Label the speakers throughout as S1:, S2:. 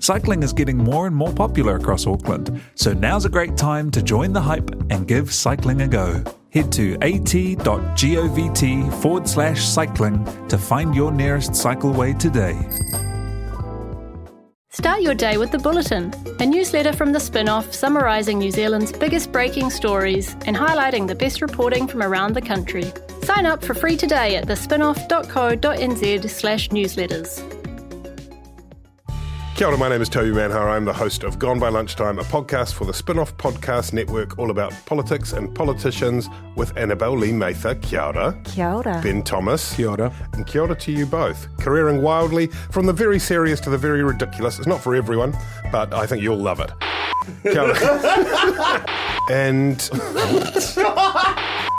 S1: Cycling is getting more and more popular across Auckland, so now's a great time to join the hype and give cycling a go. Head to at.govt forward slash cycling to find your nearest cycleway today.
S2: Start your day with The Bulletin, a newsletter from the spin off summarising New Zealand's biggest breaking stories and highlighting the best reporting from around the country. Sign up for free today at thespinoff.co.nz/slash newsletters.
S3: Kia ora, my name is Toby Manhar. I'm the host of Gone by Lunchtime, a podcast for the spin off podcast network all about politics and politicians with Annabelle Lee Mather. Kia ora.
S4: Kia ora.
S3: Ben Thomas. Kia ora. And kia ora to you both. Careering wildly from the very serious to the very ridiculous. It's not for everyone, but I think you'll love it. Kia ora. and.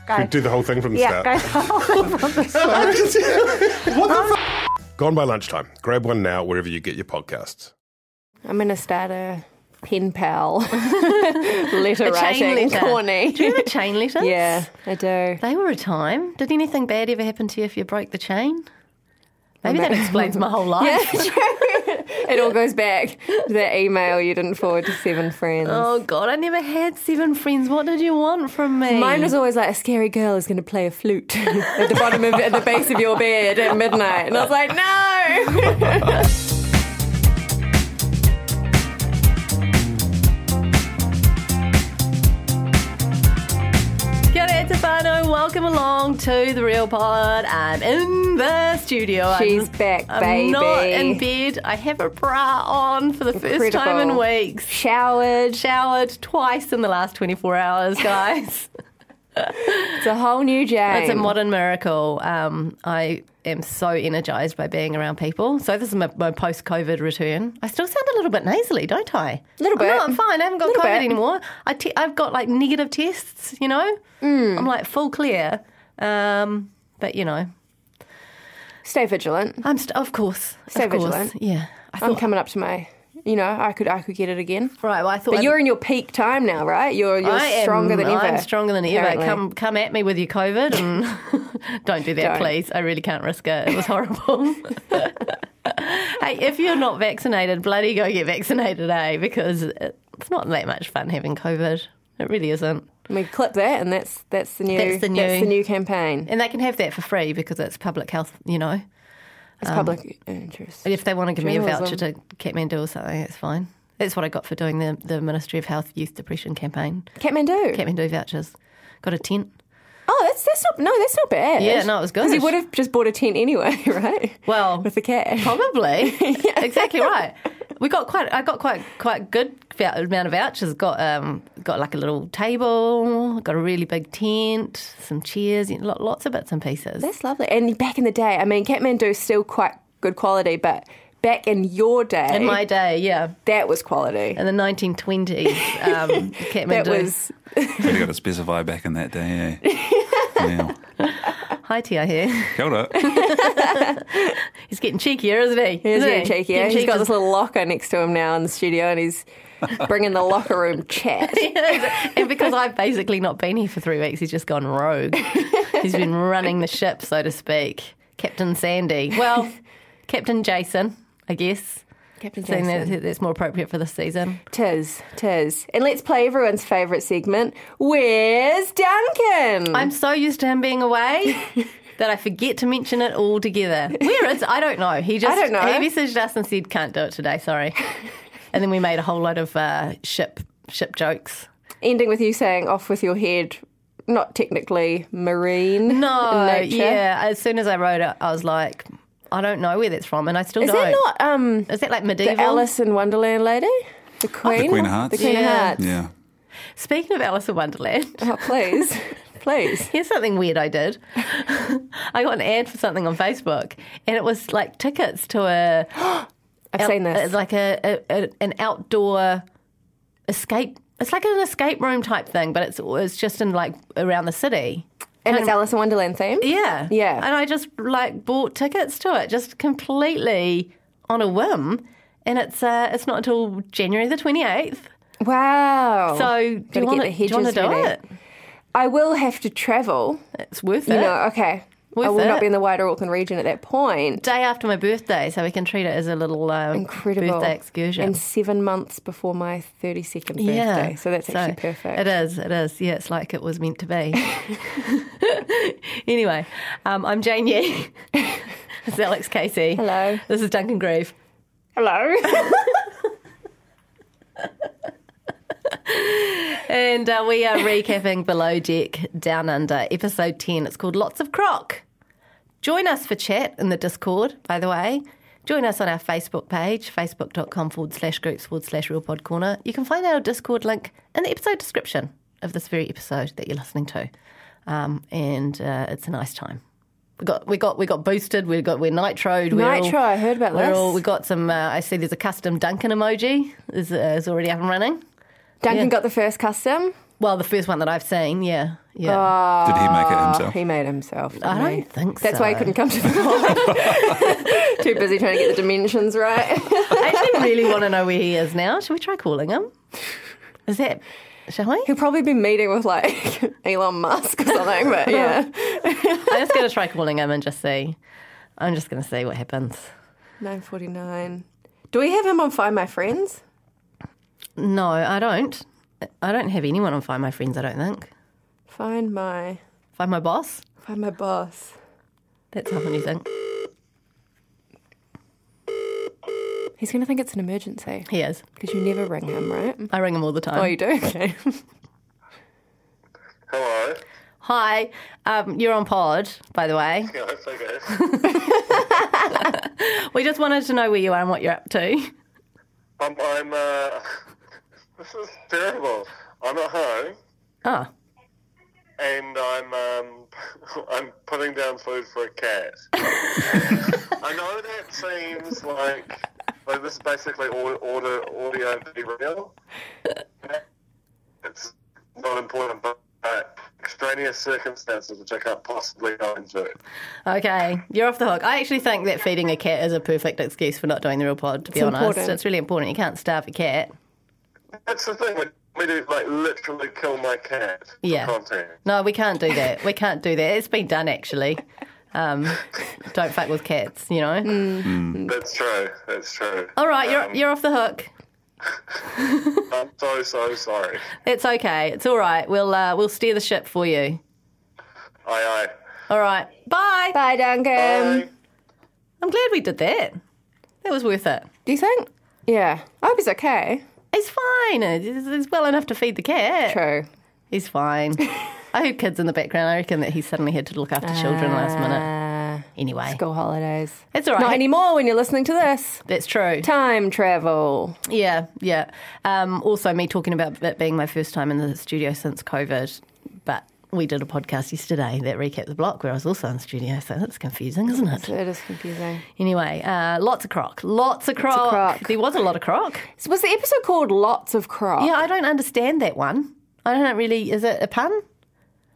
S4: Go.
S3: Do the whole thing from the
S4: yeah,
S3: start.
S4: go from the start.
S3: Gone by lunchtime. Grab one now wherever you get your podcasts.
S4: I'm going to start a pen uh, pal letter writing corny.
S2: Do you remember chain letters?
S4: yeah, I do.
S2: They were a time. Did anything bad ever happen to you if you broke the chain? Maybe that explains my whole life.
S4: Yeah, it all goes back to that email you didn't forward to seven friends.
S2: Oh God, I never had seven friends. What did you want from me?
S4: Mine was always like a scary girl is going to play a flute at the bottom of at the base of your bed at midnight, and I was like, no.
S2: Kia ora, e te whānau. Welcome along to the Real Pod. I'm in the studio.
S4: She's
S2: I'm,
S4: back,
S2: I'm
S4: baby.
S2: not in bed. I have a bra on for the first time in
S4: Incredible.
S2: weeks.
S4: Showered.
S2: Showered twice in the last 24 hours, guys.
S4: It's a whole new Jane.
S2: it's a modern miracle. Um, I am so energized by being around people. So this is my, my post-COVID return. I still sound a little bit nasally, don't I?
S4: Little
S2: I'm,
S4: bit.
S2: not- I'm fine. I haven't got
S4: Little
S2: COVID
S4: bit.
S2: anymore. I te- I've got like negative tests. You know,
S4: Hmm.
S2: I'm like full clear. Um, but you know,
S4: Stay vigilant.
S2: I'm st- of course,
S4: Stay
S2: of course,
S4: vigilant.
S2: yeah. I
S4: I'm
S2: thought,
S4: coming up to my. You know, I could I could get it again.
S2: right, well, I thought
S4: But
S2: I'd-
S4: you're in your peak time now, right? You're you're
S2: I am-
S4: stronger than ever.
S2: I'm stronger than ever.
S4: apparently.
S2: Come, come at me with your COVID, and don't do that,
S4: Don't.
S2: please. I really can't risk it. It was horrible. hey, if you're not vaccinated, bloody go get vaccinated, eh? Because it's not that much fun having COVID. It really isn't.
S4: We clip that, and that's that's the new
S2: That's the new-
S4: campaign.
S2: And they can have that for free because it's public health, you know.
S4: It's
S2: um,
S4: public interest.
S2: If they want to give me a
S4: Journalism.
S2: voucher to Kathmandu or something, it's fine. That's what I got for doing the, the Ministry of Health Youth Depression campaign.
S4: Kathmandu.
S2: Kathmandu vouchers. Got a tent.
S4: oh, that's that's not no, that's not bad.
S2: Yeah, no, it was good.
S4: Because you would have just bought a tent anyway, right?
S2: Well, oh,
S4: with the cash.
S2: Probably. Exactly right. We got quite. I got quite quite good vou- amount of vouchers. Got um got like a little table. Got a really big tent. Some chairs. you know, lo- Lots of bits and pieces.
S4: That's lovely. And back in the day, I mean, Kathmandu's still quite good quality, but back in your day,
S2: in my day, yeah,
S4: that was quality.
S2: in the 1920s, um, Kathmandu.
S4: That was
S1: Really got to specify back in that day, yeah. yeah.
S2: Hi, T, I hear.
S1: Kia ora.
S2: He's getting cheekier, isn't he?
S4: He's
S2: Isn't
S4: getting cheeky. yeah? He's got this little locker next to him now in the studio, and he's bringing the locker room chat.
S2: and because I've basically not been here for three weeks, he's just gone rogue. he's been running the ship, so to speak. Captain Sandy. Well, Captain Jason, I guess.
S4: Captain
S2: Saying
S4: Jason.
S2: that that's more appropriate for this season.
S4: Tis, tis. And let's play everyone's favourite segment. Where's Duncan?
S2: I'm so used to him being away that I forget to mention it altogether. Where is? I don't know. He just
S4: I don't know.
S2: he messaged us and said, "Can't do it today. Sorry." and then we made a whole lot of uh, ship ship jokes.
S4: ending with you saying off with your head, not technically marine.
S2: No,
S4: in nature.
S2: yeah. As soon as I wrote it, I was like, I don't know where that's from, and I still
S4: Is
S2: don't.
S4: that not um,
S2: Is that like
S4: the
S2: medieval?
S4: Alice in Wonderland lady? The Queen?
S1: Queen of Hearts.
S4: The Queen
S2: Yeah.
S4: of Hearts.
S1: Yeah.
S2: Speaking of Alice in Wonderland,
S4: Oh, please. please.
S2: here's something weird I did. I got an ad for something on Facebook, and it was like tickets to a
S4: I've
S2: out-
S4: seen
S2: uh,
S4: this.
S2: Like a, a, a an outdoor escape. It's like an escape room type thing, but it's it's just in like around the city.
S4: and it's Alice in Wonderland theme?
S2: Yeah,
S4: Yeah.
S2: And I just like bought tickets to it, just completely on a whim. And it's uh, it's not until January the twenty eighth.
S4: Wow.
S2: So do
S4: Oh, Gotta
S2: you
S4: get
S2: want
S4: the
S2: to do, you wanna
S4: hedges
S2: do
S4: ready.
S2: it?
S4: I will have to travel.
S2: It's worth it.
S4: You know, okay. I
S2: Worth
S4: will
S2: it.
S4: not be in the wider Auckland region at that point.
S2: Day after my birthday, so we can treat it as a little um,
S4: Incredible.
S2: birthday excursion.
S4: And seven months before my 32nd birthday. So that's actually perfect.
S2: It is, it is. Yeah, it's like it was meant to be. anyway, um, I'm Jane Yee. this is Alex Casey.
S4: Hello.
S2: This is Duncan Grieve.
S4: Hello.
S2: And uh, we are recapping Below Deck Down Under, episode 10. It's called Lots of Croc. Join us for chat in the Discord, by the way. Join us on our Facebook page, facebook.com forward slash groups forward slash real pod corner. You can find our Discord link in the episode description of this very episode that you're listening to. Um, and uh, it's a nice time. We got we got we got boosted. We got we're nitroed. We're all-
S4: Nitro, I heard about
S2: we're
S4: this.
S2: all- we got some. Uh, I see there's a custom Duncan emoji is, uh, is already up and running.
S4: Duncan got the first custom.
S2: Well, the first one that I've seen, yeah, yeah.
S1: Did he make it
S4: Oh,
S1: himself?
S4: he made himself. didn't
S2: I
S4: he?
S2: don't think
S4: Oh, That's
S2: so.
S4: why he couldn't come to the pod. Too busy trying to get the dimensions right.
S2: I actually really want to know where he is now. Should we try calling him? Is that? Shall we?
S4: He'll probably be meeting with like Elon Musk or something, but yeah.
S2: I'm just going to try calling him and just see. I'm just going to see what happens.
S4: 949. Do we have him on Find My Friends?
S2: No, I don't. I don't have anyone on Find My Friends. I don't think.
S4: Find my
S2: Find My Boss.
S4: find my boss.
S2: That's how many think
S4: He's gonna think it's an emergency.
S2: he is.
S4: Because you never ring him, right?
S2: I ring him all the time.
S4: Oh you do? Okay.
S5: Hello.
S2: Hi, um, you're on pod, by the way.
S5: Yeah, that's okay.
S2: We just wanted to know where you are and what you're up to.
S5: I'm, I'm uh, this is terrible. I'm at home
S2: Oh,
S5: and I'm, um, I'm putting down food for a cat. I know that seems like, like this is basically au- audio, audio derail. It's not important, but uh, extraneous circumstances which I can't possibly go into.
S2: okay. You're off the hook. I actually think that feeding a cat is a perfect excuse for not doing the real pod, to be
S4: It's
S2: honest.
S4: important.
S2: It's really important. You can't starve a cat.
S5: That's the thing. Like, we do like literally kill my cat. for
S2: Yeah.
S5: Content.
S2: No, we can't do that. We can't do that. It's been done actually. Um, don't fuck with cats, you know.
S4: Mm.
S5: That's true. That's true.
S6: Um,
S2: All right, you're you're off the hook.
S5: I'm so so sorry.
S2: It's okay. It's all right. We'll uh, we'll steer the ship for you.
S5: Aye
S2: All right. Bye.
S4: Bye
S6: um,
S5: aye.
S4: Duncan.
S5: Aye.
S2: I'm glad we did that. That was worth it.
S4: Do you think? Yeah. I hope he's okay.
S2: He's fine. He's, he's well enough to feed the cat.
S4: True.
S2: He's fine. I heard kids in the background. I reckon that he suddenly had to look after children last minute.
S4: Uh,
S2: Anyway,
S4: school holidays.
S2: it's all right.
S4: Not anymore when you're listening to this.
S2: That's true.
S4: Time travel.
S2: Yeah, yeah. Um, also, me talking about it being my first time in the studio since COVID, but we did a podcast yesterday that recapped the block where I was also in the studio, so that's confusing, isn't it?
S4: It is confusing.
S2: Anyway, uh, lots of croc, lots of croc.
S4: croc.
S2: There was a lot of croc.
S4: So was the episode called Lots of Croc?
S2: Yeah, I don't understand that one. I don't really. Is it a pun?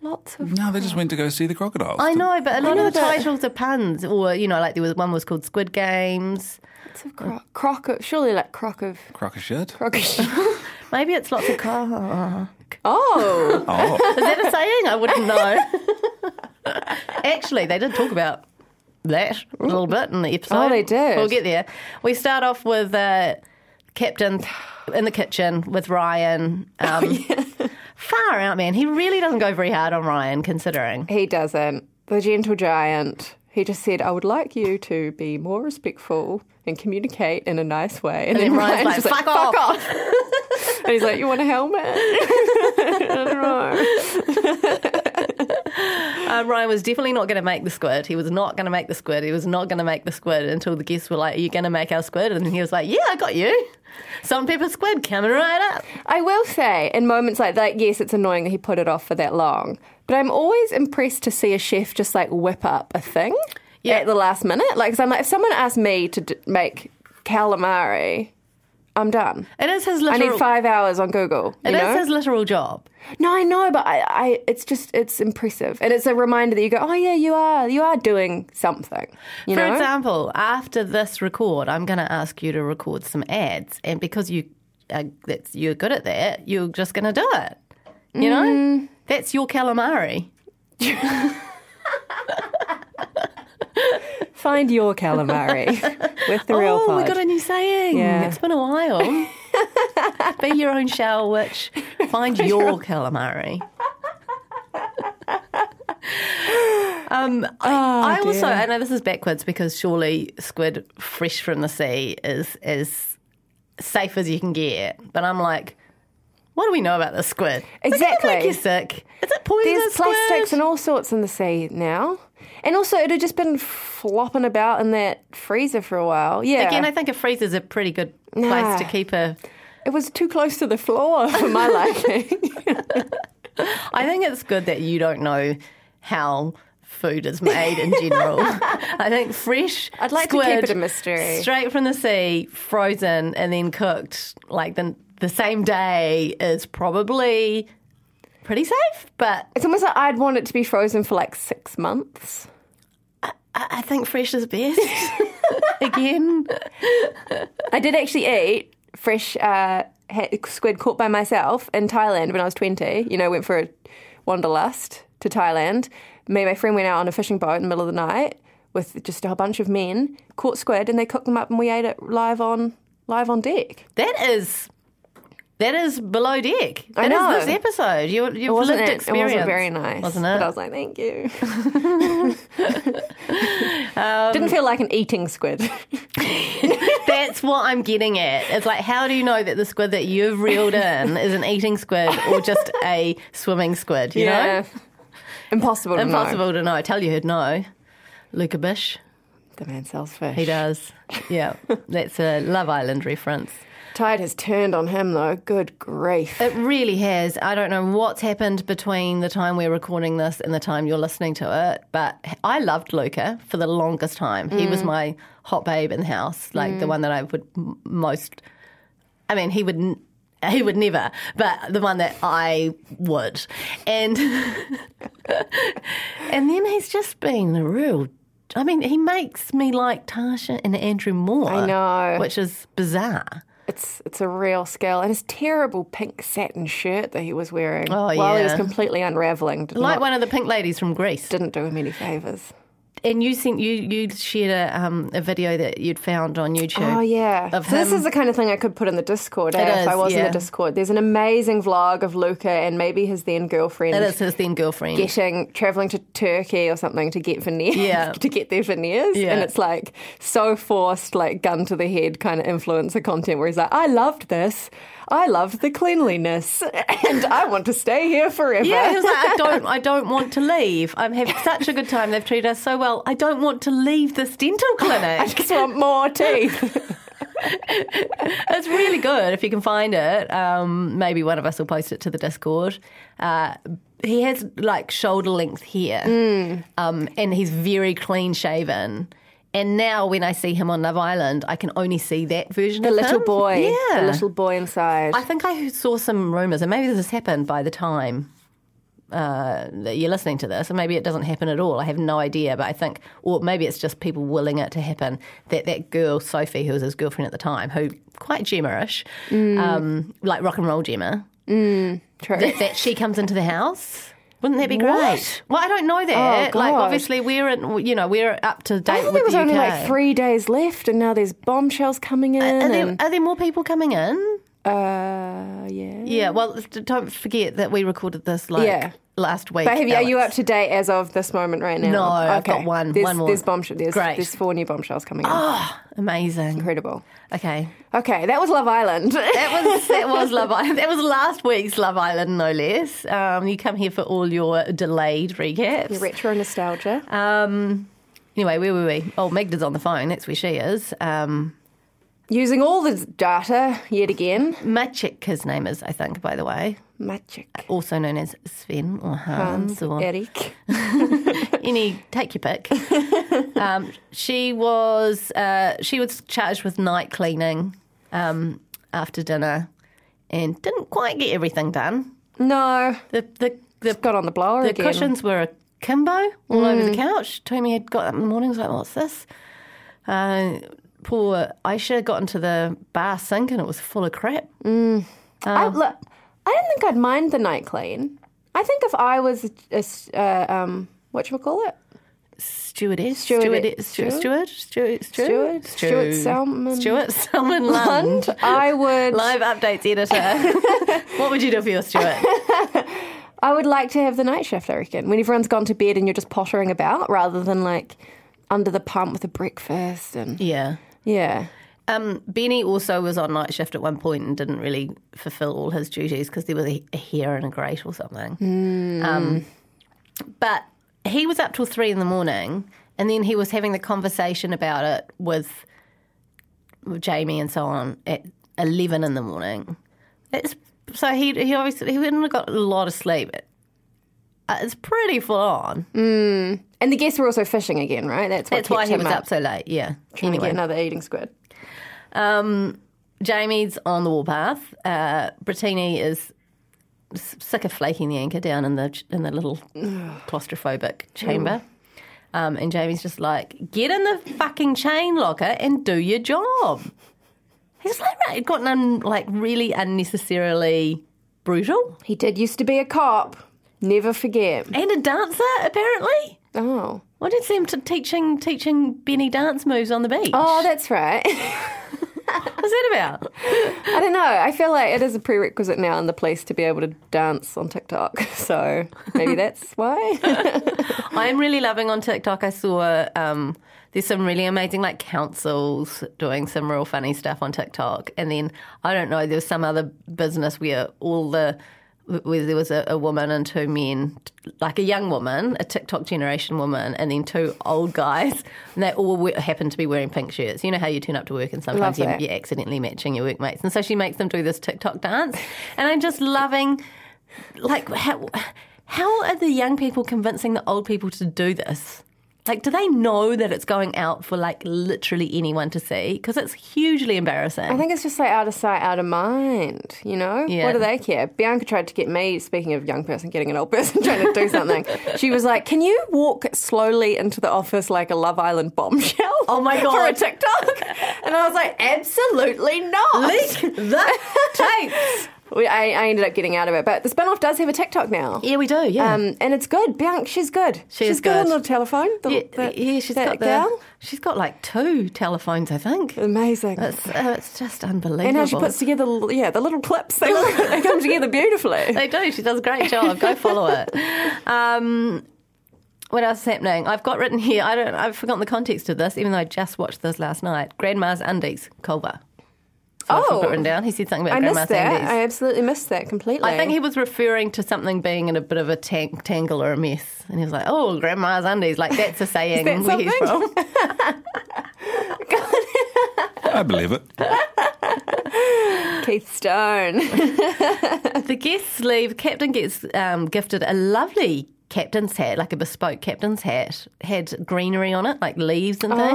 S4: Lots of
S1: No, they just went to go see the crocodiles.
S2: I know, but a lot
S4: know,
S2: of the
S4: but-
S2: titles are puns, or you know, like there was one was called Squid Games.
S4: Lots of croc. Mm-hmm. Croc of, surely like croc of
S1: Croc of shit.
S4: croc of
S2: Maybe it's lots of croc.
S4: Oh.
S1: Oh,
S2: Is that a saying? I wouldn't know. Actually, they did talk about that a little bit in the episode.
S4: Oh, they did.
S2: We'll get there. We start off with uh, Captain in the kitchen with Ryan. Um, Far out, man. He really doesn't go very hard on Ryan, considering.
S4: he doesn't. The gentle giant. He just said, I would like you to be more respectful and communicate in a nice way. And,
S2: then Ryan's like,
S4: just
S2: "Fuck off."
S4: off." and he's like, You want a helmet? I don't know.
S2: um, Ryan was definitely not going to make the squid. He was not going to make the squid. He was not going to make the squid until the guests were like, Are you going to make our squid? And he was like, Yeah, I got you. Salt and pepper squid coming right up.
S4: I will say, in moments like that, yes, it's annoying that he put it off for that long. But I'm always impressed to see a chef just like whip up a thing
S2: Yeah.
S4: at the last minute. Like, 'cause I'm like, if someone asked me to d- make calamari, I'm done.
S2: It is his
S4: I
S2: literal,
S4: need five hours on Google.
S2: it
S4: you
S2: is
S4: know?
S2: his literal job.
S4: No, I know, but I, I, it's just, it's impressive, and it's a reminder that you go, oh yeah, you are, you are doing something. You
S2: For
S4: know,
S2: example, after this record, I'm going to ask you to record some ads, and because you are, that's you're good at that, you're just going to do it. You
S4: Mm.
S2: know, that's your calamari.
S4: find your calamari with the real
S2: oh,
S4: pod.
S2: we got a new saying.
S4: Yeah.
S2: It's been a while. Be your own shell witch. Find your calamari. um,
S4: Oh,
S2: I, I also I know this is backwards because surely squid fresh from the sea is as safe as you can get. But I'm like, what do we know about this squid? Is It gonna
S4: Exactly.
S2: make you sick. Is it poisonous?
S4: There's plastics
S2: squid?
S4: and all sorts in the sea now, and also it had just been flopping about in that freezer for a while. Yeah,
S2: Again, I think a freezer's a pretty good place
S4: Nah.
S2: to keep a
S4: it was too close to the floor for my liking.
S2: I think it's good that you don't know how food is made in general. I think fresh.
S4: I'd like to keep
S2: squid,
S4: it a mystery.
S2: Straight from the sea, frozen and then cooked like the the same day is probably pretty safe. But
S4: it's almost like I'd want it to be frozen for like six months.
S2: I, I think fresh is best. Again,
S4: I did actually eat fresh uh, ha- squid caught by myself in Thailand when I was 20. You know, went for a wanderlust to Thailand. Me and my friend went out on a fishing boat in the middle of the night with just a whole bunch of men, caught squid, and they cooked them up and we ate it live on live on deck.
S2: that is. That is below deck. That is
S4: know.
S2: this episode. You, you've
S4: It wasn't,
S2: lived
S4: it, it
S2: experience.
S4: wasn't very nice.
S2: Wasn't
S4: But I
S2: it?
S4: was like, thank you.
S2: Um,
S4: Didn't feel like an eating squid.
S2: That's what I'm getting at. It's like, how do you know that the squid that you've reeled in is an eating squid or just a swimming squid? You know,
S4: Impossible to know.
S2: impossible to know. I tell you who'd know. Luca Bish,
S4: The man sells fish.
S2: he does. Yeah, that's a Love Island reference.
S4: Tide has turned on him though. Good grief.
S2: It really has. I don't know what's happened between the time we're recording this and the time you're listening to it, but I loved Luca for the longest time. He
S4: Mm.
S2: was my hot babe in the house, like the one that I would m- most. I mean, he would. n- He would never, but the one that I would, and and then he's just been a real. I mean, he makes me like Tasha and Andrew Moore. I
S4: know.
S2: which is bizarre.
S4: It's it's a real skill, and his terrible pink satin shirt that he was wearing
S2: Oh,
S4: while he was
S2: yeah.
S4: completely unraveling did
S2: Like
S4: not-
S2: one of the pink ladies from Greece.
S4: didn't do him any favors.
S2: And you sent you you shared a um a video that you'd found on YouTube.
S4: Oh yeah,
S2: Of
S4: so this
S2: him-
S4: is the kind of thing I could put in the Discord eh,
S2: It
S4: if
S2: is,
S4: I was in
S2: yeah.
S4: the Discord. There's an amazing vlog of Luca and maybe his then girlfriend
S2: That is his then girlfriend.
S4: getting traveling to Turkey or something to get veneers,
S2: Yeah.
S4: to get their veneers,
S2: Yeah.
S4: and it's like so forced, like gun to the head kind of influencer content where he's like, I loved this, I loved the cleanliness, and I want to stay here forever.
S2: Yeah, he was like, I don't, I don't want to leave. I'm having such a good time. They've treated us so well. I don't want to leave this dental
S4: I
S2: clinic.
S4: just want more teeth.
S2: it's really good if you can find it. Um, maybe one of us will post it to the Discord. Uh, he has like shoulder length hair,
S4: Hmm.
S2: um, and he's very clean shaven. And now when I see him on Love Island, I can only see that version
S4: The
S2: of
S4: little
S2: him.
S4: boy,
S2: yeah,
S4: the little boy inside.
S2: I think I saw some rumours, and maybe this has happened by the time uh, that you're listening to this, and maybe it doesn't happen at all. I have no idea, but I think, or maybe it's just people willing it to happen. That that girl Sophie, who was his girlfriend at the time, who quite Gemma-ish, um, like rock and roll Gemma,
S4: Mm. True.
S2: that, that she comes into the house. Wouldn't that be great?
S4: What?
S2: Well, I don't know that.
S4: Oh,
S2: like,
S4: God.
S2: obviously, we're in, you know we're up to date
S4: I thought
S2: with
S4: there was
S2: the
S4: only
S2: UK.
S4: like three days left, and now there's bombshells coming in.
S2: Are there,
S4: and,
S2: are there more people coming in?
S4: uh, yeah.
S2: Yeah, well, d- don't forget that we recorded this like
S4: Mm. Yeah.
S2: last week.
S4: But have you, are you up
S2: Alex.
S4: to date as of this moment right now?
S2: No, I've got one-
S4: There's,
S2: one more.
S4: There's bombshell. There's,
S2: Great. Ah.
S4: there's four new bombshells coming in.
S2: Amazing.
S4: Incredible.
S2: Okay.
S4: Okay, that was Love Island.
S2: That was that was Love Island. That was last week's Love Island, no less. Um, you come here for all your delayed recaps.
S4: Retro nostalgia.
S2: Um, anyway, where were we? Oh, Magda's on the phone. That's where she is. Um,
S4: Using all the data yet again.
S2: Maciek, his name is, I think, by the way,
S4: Magic.
S2: also known as Sven or Hans,
S4: Hans,
S2: or
S4: Um, Eric.
S2: any. Take your pick. um, she was uh, she was charged with night cleaning um, after dinner, and didn't quite get everything done.
S4: No.
S2: The the the
S4: Got on the blower
S2: The
S4: again.
S2: cushions were akimbo all over the couch. Tommy had got up in the morning, was like, what's this? Uh, poor Aisha got into the bar sink and it was full of crap.
S4: I, look, I don't think I'd mind the night clean. I think if I was a, s- uh, um, whatchamacallit?
S2: Stewardess.
S4: Stewardess.
S2: Steward. Steward. Steward. Steward.
S4: Steward? Stewart Salmon-
S2: Stewart Salmon Lund.
S4: I would.
S2: Live updates editor. what would you do for your Stewart?
S4: I would like to have the night shift, I reckon, when everyone's gone to bed and you're just pottering about rather than like under the pump with a breakfast and
S2: yeah.
S4: yeah.
S2: Um, Benny also was on night shift at one point and didn't really fulfil all his duties because there was a, a hair and a grate or something.
S4: Hmm.
S2: Um, but he was up till three in the morning, and then he was having the conversation about it with, with Jamie and so on at eleven in the morning. It's, so he he obviously he wouldn't have got a lot of sleep. Uh, It's pretty full on.
S4: And the guests were also fishing again, right? That's what
S2: That's why
S4: kept
S2: he
S4: him
S2: was up so late. Yeah.
S4: trying to get another eating squid.
S2: Jamie's on the warpath. Uh, Brittini is s- sick of flaking the anchor down in the ch- in the little claustrophobic chamber, um, and Jamie's just like, "Get in the fucking chain locker and do your job." He's like right, gotten un, like really unnecessarily brutal
S4: He did used to be a cop. Never forget.
S2: and a dancer apparently.
S4: Oh.
S2: What did seem to teaching teaching Benny dance moves on the beach?
S4: Oh, that's right.
S2: What's that about?
S4: I don't know. I feel like it is a prerequisite now in the police to be able to dance on TikTok. So maybe that's why.
S2: I'm really loving on TikTok. I saw um, there's some really amazing like councils doing some real funny stuff on TikTok, and then I don't know there was some other business where all the where there was a, a woman and two men, like a young woman, a TikTok generation woman, and then two old guys, and they all we- happened to be wearing pink shirts. You know how you turn up to work and sometimes
S4: Love
S2: you,
S4: that.
S2: you're accidentally matching your workmates, and so she makes them do this TikTok dance, and I'm just loving like how how are the young people convincing the old people to do this? Like, do they know that it's going out for like literally anyone to see? Because it's hugely embarrassing.
S4: I think it's just like out of sight, out of mind, you know?
S2: Yeah.
S4: What do they care? Bianca tried to get me, speaking of young person, getting an old person trying to do something. she was like, Can you walk slowly into the office like a Love Island bombshell?
S2: Oh my
S4: For a
S2: God.
S4: TikTok? and I was like, Absolutely not.
S2: Leak the tapes.
S4: We- I, I ended up getting out of it. But the spin off does have a TikTok now.
S2: Yeah, we do. Yeah.
S4: Um, and it's good. Bianca, she's good.
S2: She
S4: she's
S2: is good.
S4: on the telephone. The,
S2: yeah,
S4: the-
S2: yeah, she's
S4: that
S2: got the,
S4: gal.
S2: she's got like two telephones, I think.
S4: Amazing.
S2: It's, uh, it's just unbelievable.
S4: and how she puts together, yeah, the little clips. They, look, they come together beautifully.
S2: they do. She does a great job. Go follow it. Um, what else is happening? I've got written here. I don't. I've forgotten the context of this, even though I just watched this last night. Grandma's undies, Culver. So that's what I've got written down. He said something about
S4: Oh, I
S2: grandma's
S4: missed that.
S2: undies.
S4: I absolutely missed that completely.
S2: I think he was referring to something being in a bit of a tank, tangle or a mess, and he was like, "Oh, grandma's undies." Like that's a saying
S4: that
S2: where he's
S4: something?
S2: from.
S1: I believe it.
S4: Keith Stone.
S2: the guests leave. Captain gets um, gifted a lovely captain's hat, like a bespoke captain's hat, had greenery on it, like leaves and things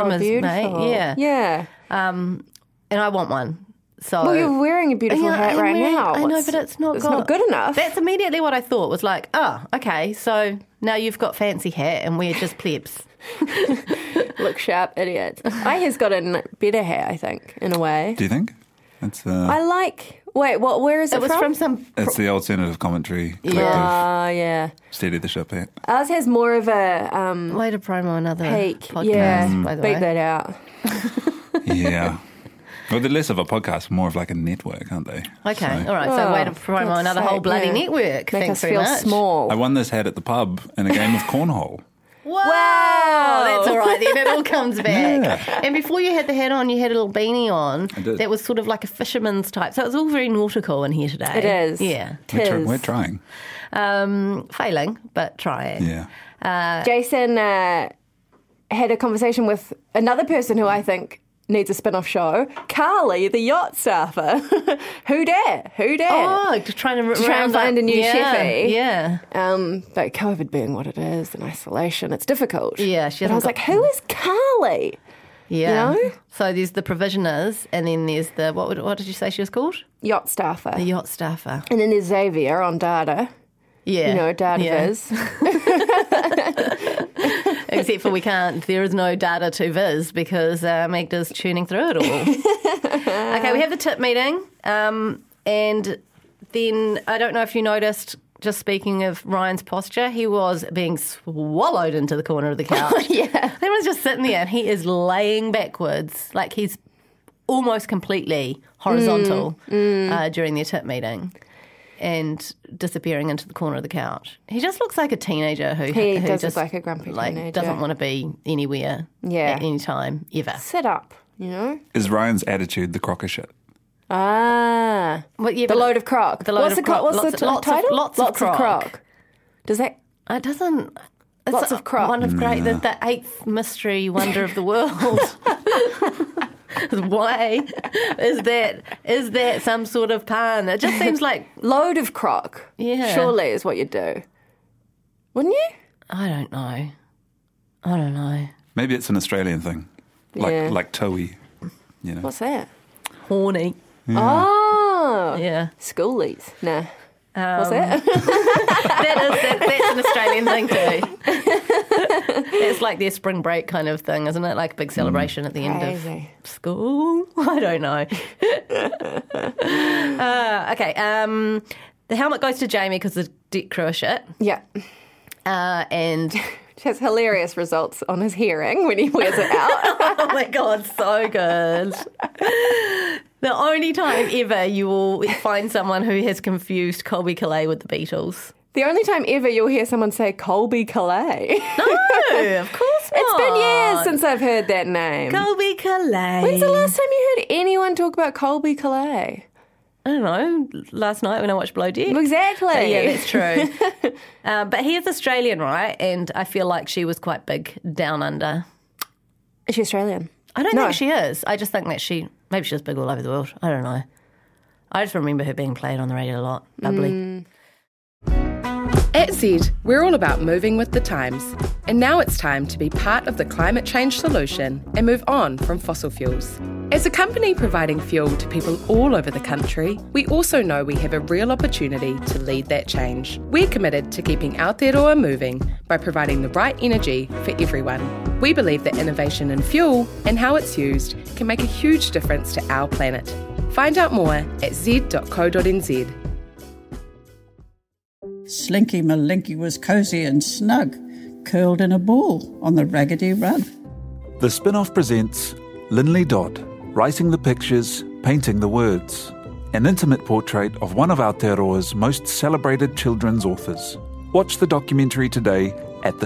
S2: from his mate. Yeah.
S4: Oh, Yeah.
S2: and I want one. So
S4: Well, you're wearing a beautiful
S2: Yeah,
S4: hat
S2: I'm
S4: right
S2: wearing-
S4: now.
S2: I know,
S4: What's-
S2: but it's not
S4: it's
S2: got-
S4: not good enough.
S2: That's immediately what I thought. Was like, oh, okay, so now you've got fancy hat and we're just plebs.
S4: Look sharp, idiots. I has gotten better hair, I think, in a way.
S1: Do you think? That's uh, the
S4: I like. Wait, what? Where is it,
S2: It was from some.
S1: that's the alternative commentary collective.
S4: Ah, yeah.
S1: Steady the ship hat.
S4: Ours has more of a um,
S2: Way to promo another
S4: peak.
S1: Mm.
S2: podcast,
S4: yeah,
S2: by the
S4: beat
S2: way.
S4: that out.
S1: Yeah. Well, they're less of a podcast, more of like a network, aren't they?
S2: Okay,
S1: So-
S2: all right. So
S4: Oh,
S2: way to promo
S4: God's
S2: another whole
S4: sake,
S2: bloody
S4: yeah.
S2: network.
S4: Make
S2: Thanks
S4: us
S2: very
S4: feel
S2: much.
S4: small.
S1: I won this hat at the pub in a game of cornhole.
S2: Wow, Oh,
S4: Oh,
S2: that's all right then. It all comes back.
S1: Yeah.
S2: And before you had the hat on, you had a little beanie on.
S1: I did.
S2: That was sort of like a fisherman's type. So it was all very nautical in here today.
S4: It is.
S2: Yeah.
S1: We're, try-
S4: Tis.
S1: we're trying.
S2: Um, failing, but trying.
S1: Yeah.
S4: Jason uh, had a conversation with another person who I think needs a spin off show Carly, the yacht surfer. who dare? Who dare?
S2: Oh, to trying to,
S4: try and
S2: round
S4: find
S2: up-
S4: a new eh?
S2: yeah,
S4: chefy.
S2: Yeah.
S4: Um, but COVID being what it is and isolation, it's difficult.
S2: Yeah, she
S4: But
S2: hasn't
S4: I was
S2: got-
S4: like, who is Carly?
S2: Yeah.
S4: You know?
S2: So there's the provisioners, and then there's the what? Would, what did you say she was called?
S4: Yacht staffer.
S2: The yacht staffer.
S4: and then there's Xavier on data.
S2: Yeah.
S4: You know, data
S2: yeah.
S4: viz.
S2: Except for we can't. There is no data to viz because uh, Magda's tuning through it all. okay, we have the tip meeting, um, and then I don't know if you noticed. Just speaking of Ryan's posture, he was being swallowed into the corner of the
S4: Oh,
S2: couch. yeah, everyone's just sitting there, and he is laying backwards, like he's almost completely horizontal
S4: Mm,
S2: Uh, during their tip meeting. And disappearing into the corner of the couch. He just looks like a teenager who
S4: He
S2: who
S4: does look
S2: just,
S4: like a grumpy
S2: like,
S4: teenager.
S2: Doesn't want to be anywhere.
S4: Yeah.
S2: At any time ever.
S4: Sit up, you know?
S1: Is Ryan's attitude the crocker shit?
S4: Ah.
S2: But yeah,
S4: The
S2: but
S4: load of croc.
S2: The load
S4: what's
S2: of
S4: the co-
S2: croc.
S4: What's
S2: lots
S4: the
S2: of,
S4: t-
S2: lots
S4: title?
S2: Of, lots, of croc.
S4: Does that?
S2: It doesn't. It's
S4: Lots of croc.
S2: One of great. The, the eighth mystery wonder of the world. Why is that? Is that some sort of pun? It just seems like
S4: Load of croc.
S2: Yeah.
S4: Surely is what you'd do. Wouldn't you?
S2: I don't know. I don't know.
S1: Maybe it's an Australian thing, like
S4: Yeah.
S1: like Towie. You know,
S4: What's that?
S2: Horny.
S4: Oh.
S2: Yeah.
S4: Schoolies. Nah.
S2: Um,
S4: What's that?
S2: that is that, that's an Australian thing too. it's like their spring break kind of thing, isn't it? Like a
S4: Hmm.
S2: big celebration at the end
S4: Crazy.
S2: of school. I don't know. uh, okay. Um, the helmet goes to Jamie because the deck crew are shit,
S4: yeah.
S2: uh, and
S4: She has hilarious results on his hearing when he wears it out.
S2: oh my god, so good. The only time ever you will find someone who has confused Colby Calais with the Beatles.
S4: the only time ever you'll hear someone say Colby Calais.
S2: No, of course not.
S4: it's been years since I've heard that name.
S2: Colby Calais.
S4: When's the last time you heard anyone talk about Colby Calais?
S2: I don't know, last night when I watched Blow Dead.
S4: Exactly.
S2: Yeah, that's true. um, but he is Australian, right? And I feel like she was quite big down under.
S4: Is she Australian?
S2: I don't
S4: No.
S2: think she is. I just think that she, maybe she was big all over the world. I don't know. I just remember her being played on the radio a lot. Bubbly.
S4: Mm.
S7: At Zed, we're all about moving with the times. And now it's time to be part of the climate change solution and move on from fossil fuels. As a company providing fuel to people all over the country, we also know we have a real opportunity to lead that change. We're committed to keeping Aotearoa moving by providing the right energy for everyone. We believe that innovation in fuel and how it's used can make a huge difference to our planet. Find out more at z.co.nz.
S6: Slinky Malinky was cosy and snug, curled in a ball on the raggedy rug.
S1: the spin-off presents Linley Dodd, writing the pictures, painting the words, an intimate portrait of one of Aotearoa's most celebrated children's authors. Watch the documentary today at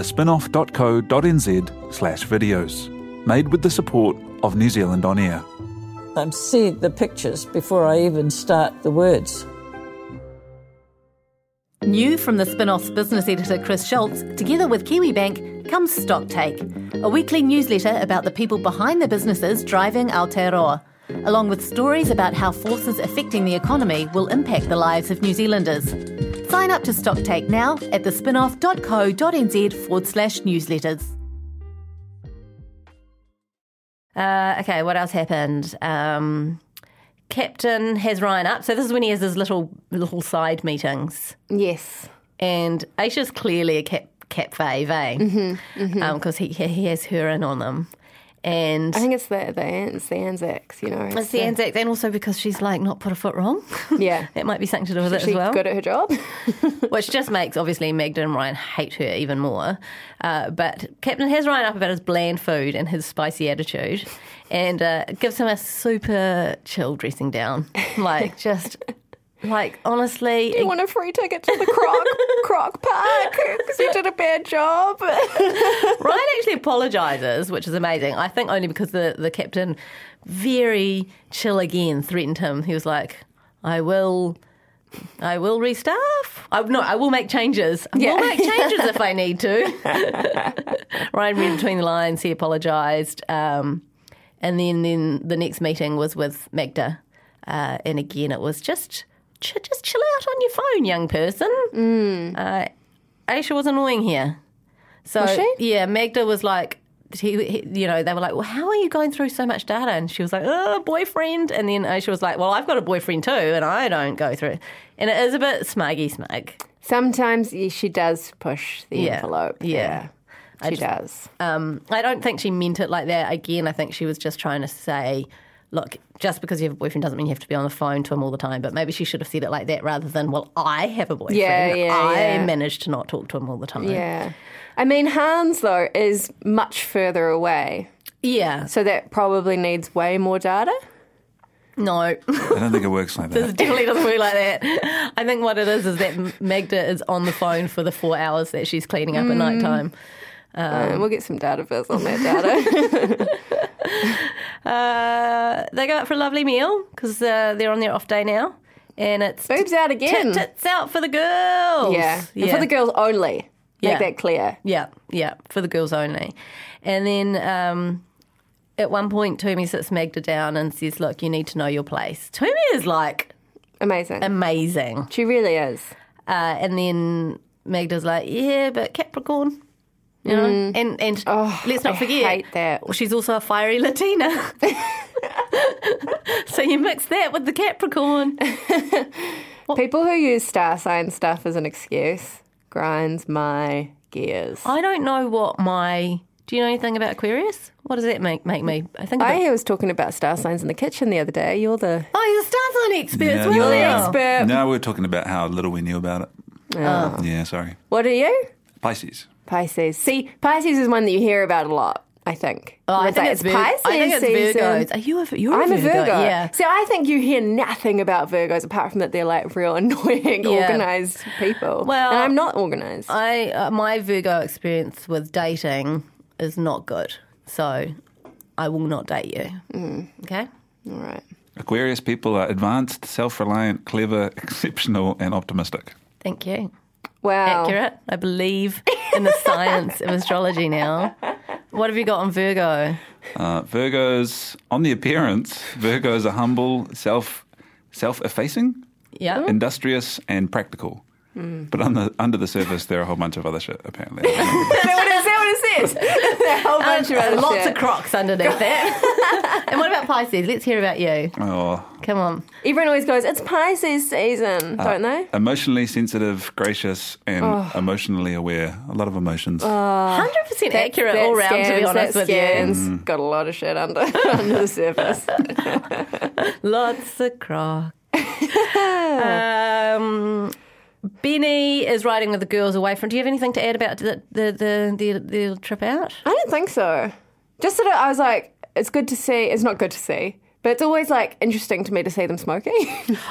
S1: thespinoff.co.nz/videos. Made with the support of New Zealand On Air.
S6: I'm seeing the pictures before I even start the words.
S8: New from the spin off's business editor Chris Schultz, together with KiwiBank, comes Stocktake, a weekly newsletter about the people behind the businesses driving Aotearoa, along with stories about how forces affecting the economy will impact the lives of New Zealanders. Sign up to Stocktake now at thespinoff.co.nz forward slash newsletters.
S2: Uh, okay, what else happened? Um, Captain has Ryan up. So this is when he has his little little side meetings.
S4: Yes.
S2: and Aisha's Um, clearly a cat cat fave, eh? Because mm-hmm, he he has her in on them, and
S8: mm-hmm. I think it's the, the, An- it's the Anzacs, you know.
S2: it's the Anzac. Then also because she's like not put a foot wrong.
S8: Yeah.
S2: that might be something to do with it
S8: She's
S2: as well.
S8: good at her job.
S2: which just makes obviously Magda and Ryan hate her even more. Uh, but Captain has Ryan up about his bland food and his spicy attitude, and uh, gives him a super chill dressing down, like just like honestly.
S8: you want a free ticket to the Croc Croc Park because you did a bad job.
S2: Ryan actually apologises, which is amazing. I think only because the, the captain, very chill again, threatened him. He was like, I will. I will restaff. I, no, I will make changes. I
S8: Yeah.
S2: will make changes if I need to. Ryan read between the lines. He apologised, um, and then then the next meeting was with Magda, uh, and again it was just ch- just chill out on your phone, young person. Uh, Aisha was annoying here. So
S8: Was she?
S2: yeah, Magda was like, he, he- you know, they were like, well, how are you going through so much data? And she was like, oh, boyfriend. And then Aisha was like, well, I've got a boyfriend too, and I don't go through. And it is a bit smuggy smug.
S8: Sometimes yeah, she does push the
S2: Yeah.
S8: envelope.
S2: Yeah.
S8: Yeah. She does.
S2: Um, I don't think she meant it like that. Again, I think she was just trying to say, look, just because you have a boyfriend doesn't mean you have to be on the phone to him all the time. But maybe she should have said it like that rather than, well, I have a boyfriend.
S8: Yeah, yeah,
S2: I
S8: yeah.
S2: managed to not talk to him all the time.
S8: Yeah. I mean, Hans, though, is much further away.
S2: Yeah.
S8: So that probably needs way more data.
S2: No.
S9: I don't think it works like that.
S2: It definitely doesn't work like that. I think what it is is that M- Magda is on the phone for the four hours that she's cleaning up at night time.
S8: Um, Mm. we'll get some data viz on that data.
S2: Uh, they go out for a lovely meal because uh, they're on their off day now, and it's
S8: Boobs out again.
S2: tit- tits out for the girls.
S8: yeah. And
S2: yeah,
S8: For the girls only.
S2: Yeah.
S8: Make that clear.
S2: yeah, yeah, for the girls only. And then um, at one point, Toomey sits Magda down and says, "Look, you need to know your place." Toomey is like
S8: Amazing.
S2: amazing.
S8: she really is.
S2: Uh, and then Magda's like, yeah, but Capricorn. You know? And, and let's not
S8: Mm. Oh, I
S2: forget,
S8: hate that.
S2: she's also a fiery Latina. so you mix that with the Capricorn.
S8: People who use star sign stuff as an excuse grinds my gears.
S2: I don't know what my. Do you know anything about Aquarius? What does that make make me? I think. About,
S8: I was talking about star signs in the kitchen the other day. You're the
S2: oh, you're a star sign expert as
S9: no,
S2: well.
S9: no.
S8: expert.
S9: No, we're talking about how little we knew about it. Yeah, sorry.
S8: Oh. what are you?
S9: Pisces.
S8: Pisces. See, Pisces is one that you hear about a lot. I think.
S2: Oh, I
S8: It's
S2: think
S8: like,
S2: it's, Vir- I think it's
S8: season.
S2: Virgos. Are you a, you're
S8: I'm a Virgo.
S2: Yeah.
S8: So I think you hear nothing about Virgos apart from that they're like real annoying,
S2: Yeah.
S8: organized people.
S2: Well-
S8: and I'm not organized.
S2: I uh, my Virgo experience with dating is not good, so I will not date you.
S8: Mm.
S2: Okay.
S8: All right.
S9: Aquarius people are advanced, self reliant, clever, exceptional, and optimistic.
S2: Thank you.
S8: Wow.
S2: Accurate. I believe in the science of astrology now. What have you got on Virgo?
S9: Uh, Virgos, on the appearance, Virgos are humble, self self effacing,
S2: Yeah.
S9: industrious, and practical.
S2: Hmm.
S9: But on the, under the surface, they're a whole bunch of other shit, apparently.
S8: Is that what it- is that what it says? a whole bunch of other
S2: Lots
S8: shit.
S2: of crocs underneath that. and what about Pisces? Let's hear about you.
S9: oh,
S2: Come on.
S8: Everyone always goes, it's Pisces season, don't they?
S9: emotionally sensitive, gracious, and
S2: Oh.
S9: emotionally aware. A lot of emotions.
S2: Uh. 100% accurate
S8: That
S2: all round, to be
S8: scans,
S2: honest
S8: that
S2: with you.
S8: scans. Got a lot of shit under, under the surface.
S2: Lots of crocs. um, Benny is riding with the girls away from. Do you have anything to add about the the the, the, the trip out?
S8: I don't think so. Just sort of, I was like, it's good to see. It's not good to see, but it's always like interesting to me to see them smoking.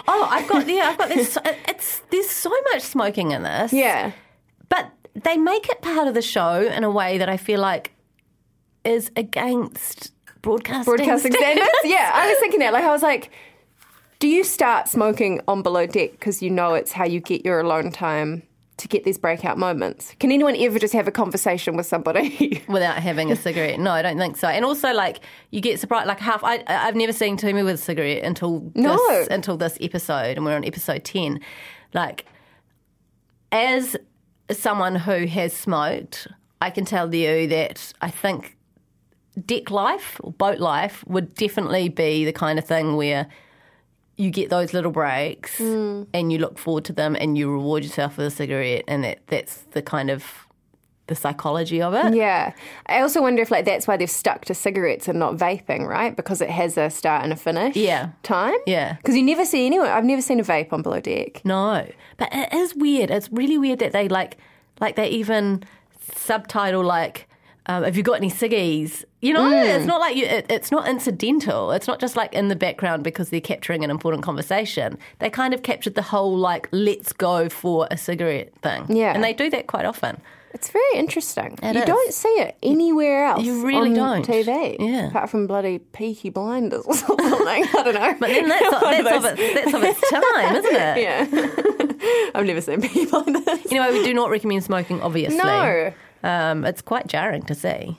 S2: Oh, I've got yeah, I've got this. It's there's so much smoking in this.
S8: yeah.
S2: but they make it part of the show in a way that I feel like is against broadcasting.
S8: Broadcasting standards. yeah, I was thinking that. Like, I was like, do you start smoking on below deck because you know it's how you get your alone time to get these breakout moments? Can anyone ever just have a conversation with somebody?
S2: without having a cigarette. No, I don't think so. And also, like you get surprised. Like half, I I- I've never seen Toomey with a cigarette until
S8: No.
S2: this, until this episode, and we're on episode ten. Like as someone who has smoked, I can tell you that I think deck life or boat life would definitely be the kind of thing where you get those little breaks and you look forward to them and you reward yourself with a cigarette and that, that's the kind of the psychology of it.
S6: Yeah. I also wonder if like that's why they've stuck to cigarettes and not vaping, right? Because it has a start and a finish.
S2: Yeah.
S6: Time.
S2: Yeah.
S6: Because you never see anyone. I've never seen a vape on below deck.
S2: No, but it is weird. It's really weird that they like, like they even subtitle like, um, "Have you got any ciggies?" You know,
S6: Mm.
S2: it's not like you, it, it's not incidental. It's not just like in the background because they're capturing an important conversation. They kind of captured the whole like, "Let's go for a cigarette" thing.
S6: Yeah.
S2: and they do that quite often.
S6: It's very interesting.
S2: It
S6: you
S2: is.
S6: don't see it anywhere else.
S2: You really
S6: on
S2: don't.
S6: TV.
S2: Yeah.
S6: Apart from bloody Peaky Blinders or something. I don't know.
S2: But then that's,
S6: One of
S2: that's, of,
S6: those-
S2: its, that's of its time, isn't it?
S6: Yeah. I've never seen Peaky Blinders.
S2: Anyway, we do not recommend smoking, obviously.
S6: No.
S2: Um, it's quite jarring to see.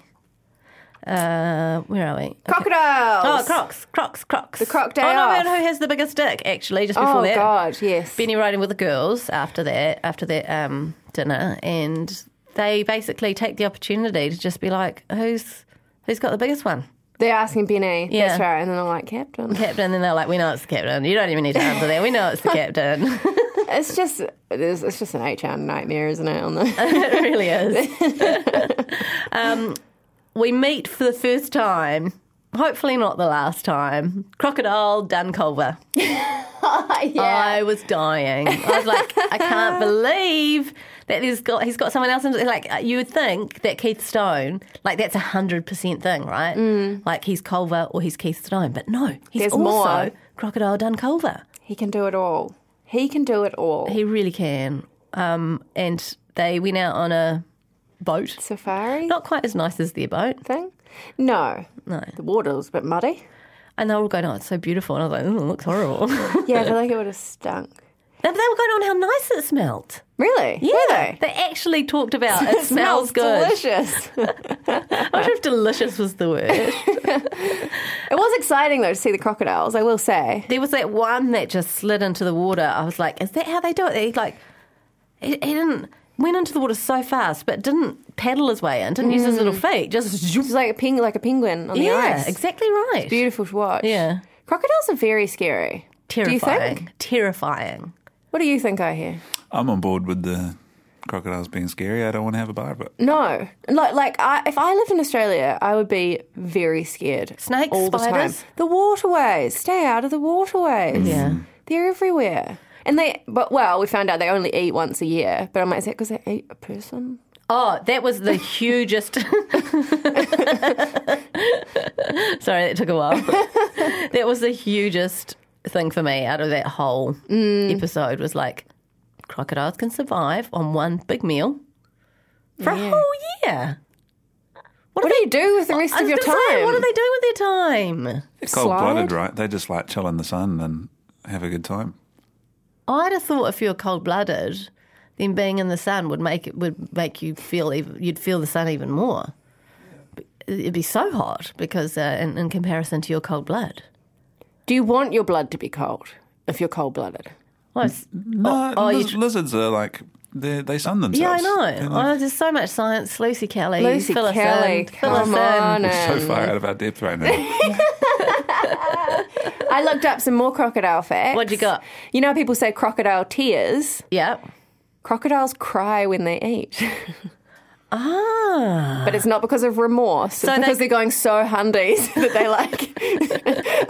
S2: Uh, where are we?
S6: Crocodiles.
S2: Oh, Crocs, Crocs, Crocs. The
S6: Croc Day
S2: Oh no,
S6: Off.
S2: and who has the biggest dick? Actually, just before
S6: Oh,
S2: that,
S6: God, yes.
S2: Benny riding with the girls after that, after that um, dinner, and they basically take the opportunity to just be like, "Who's who's got the biggest one?"
S6: They're asking Benny.
S2: Yeah.
S6: That's right. And then I'm like, Captain.
S2: Captain. And then they're like, "We know it's the captain. You don't even need to answer that. We know it's the captain.
S6: It's just it's, it's just an eight hour nightmare, isn't it? On the
S2: it really is." um, we meet for the first time. Hopefully not the last time. Crocodile Dan Culver. I was dying. I was like, I can't believe that he's got he's got someone else. In, like you would think that Keith Stone, like that's a hundred percent thing, right? Like he's Culver or he's Keith Stone, but no, he's
S6: Mm. There's
S2: also
S6: more.
S2: Crocodile Dun Culver.
S6: he can do it all. He can do it all.
S2: He really can. Um, and they went out on a boat.
S6: Safari
S2: Not quite as nice as their boat.
S6: thing? No. No. The water was a bit muddy.
S2: And they were all going, "Oh, it's so beautiful," and I was like, "Oh, it looks horrible." and
S6: Yeah, I feel like it would have stunk.
S2: they were going on how nice it smelled.
S6: Really? Yeah. Were they?
S2: They actually talked about it, smells, good.
S6: delicious. it
S2: I wonder if delicious was the word.
S6: was exciting though to see the crocodiles, I will say.
S2: There was that one that just slid into the water. I was like, is that how they do it? They like, he, he didn't went into the water so fast, but didn't paddle his way in. Didn't use his little feet. Just zoom.
S6: It was like a ping like a penguin Mm. on the
S2: yeah,
S6: ice.
S2: exactly right.
S6: Beautiful to watch.
S2: Yeah.
S6: Crocodiles are very scary.
S2: Terrifying.
S6: Do you think?
S2: Terrifying.
S6: What do you think I hear?
S9: I'm on board with the crocodiles being scary. I don't want to have a bar of it.
S6: No, like like I, if I lived in Australia, I would be very scared.
S2: Snakes,
S6: all the
S2: spiders?
S6: time. The waterways. Stay out of the waterways.
S2: Yeah.
S6: they're everywhere. And they, but well, we found out they only eat once a year. But I'm like, is that because they ate a person?
S2: Oh, that was the hugest. Sorry, that took a while. that was the hugest thing for me out of that whole
S6: Mm.
S2: episode was like crocodiles can survive on one big meal for a whole year.
S6: What, do you do with the rest
S2: I
S6: of
S2: was
S6: your time?
S2: gonna say, what are they doing with their time?
S9: They're cold blooded,
S6: Slide?
S9: right? They just like chill in the sun and have a good time.
S2: I'd have thought if you're cold blooded, then being in the sun would make it would make you feel even, you'd feel the sun even more. It'd be so hot because uh, in, in comparison to your cold blood.
S6: do you want your blood to be cold if you're cold blooded?
S2: Well, it's,
S9: No,
S2: oh, you
S9: liz-
S2: tr-
S9: lizards are like they they sun themselves.
S2: yeah, I know.
S9: They're like-
S2: Oh, there's so much science. Lucy Kelly,
S6: Lucy
S2: fill
S6: Kelly,
S2: us in, fill us
S6: come on.
S2: in.
S9: We're so
S6: in.
S9: far out of our depth right now.
S6: I looked up some more crocodile facts.
S2: What'd you got?
S6: You know, how people say crocodile tears.
S2: Yeah.
S6: Crocodiles cry when they eat.
S2: Ah,
S6: But it's not because of remorse. It's
S2: So they-
S6: because they... are going so hundies that they like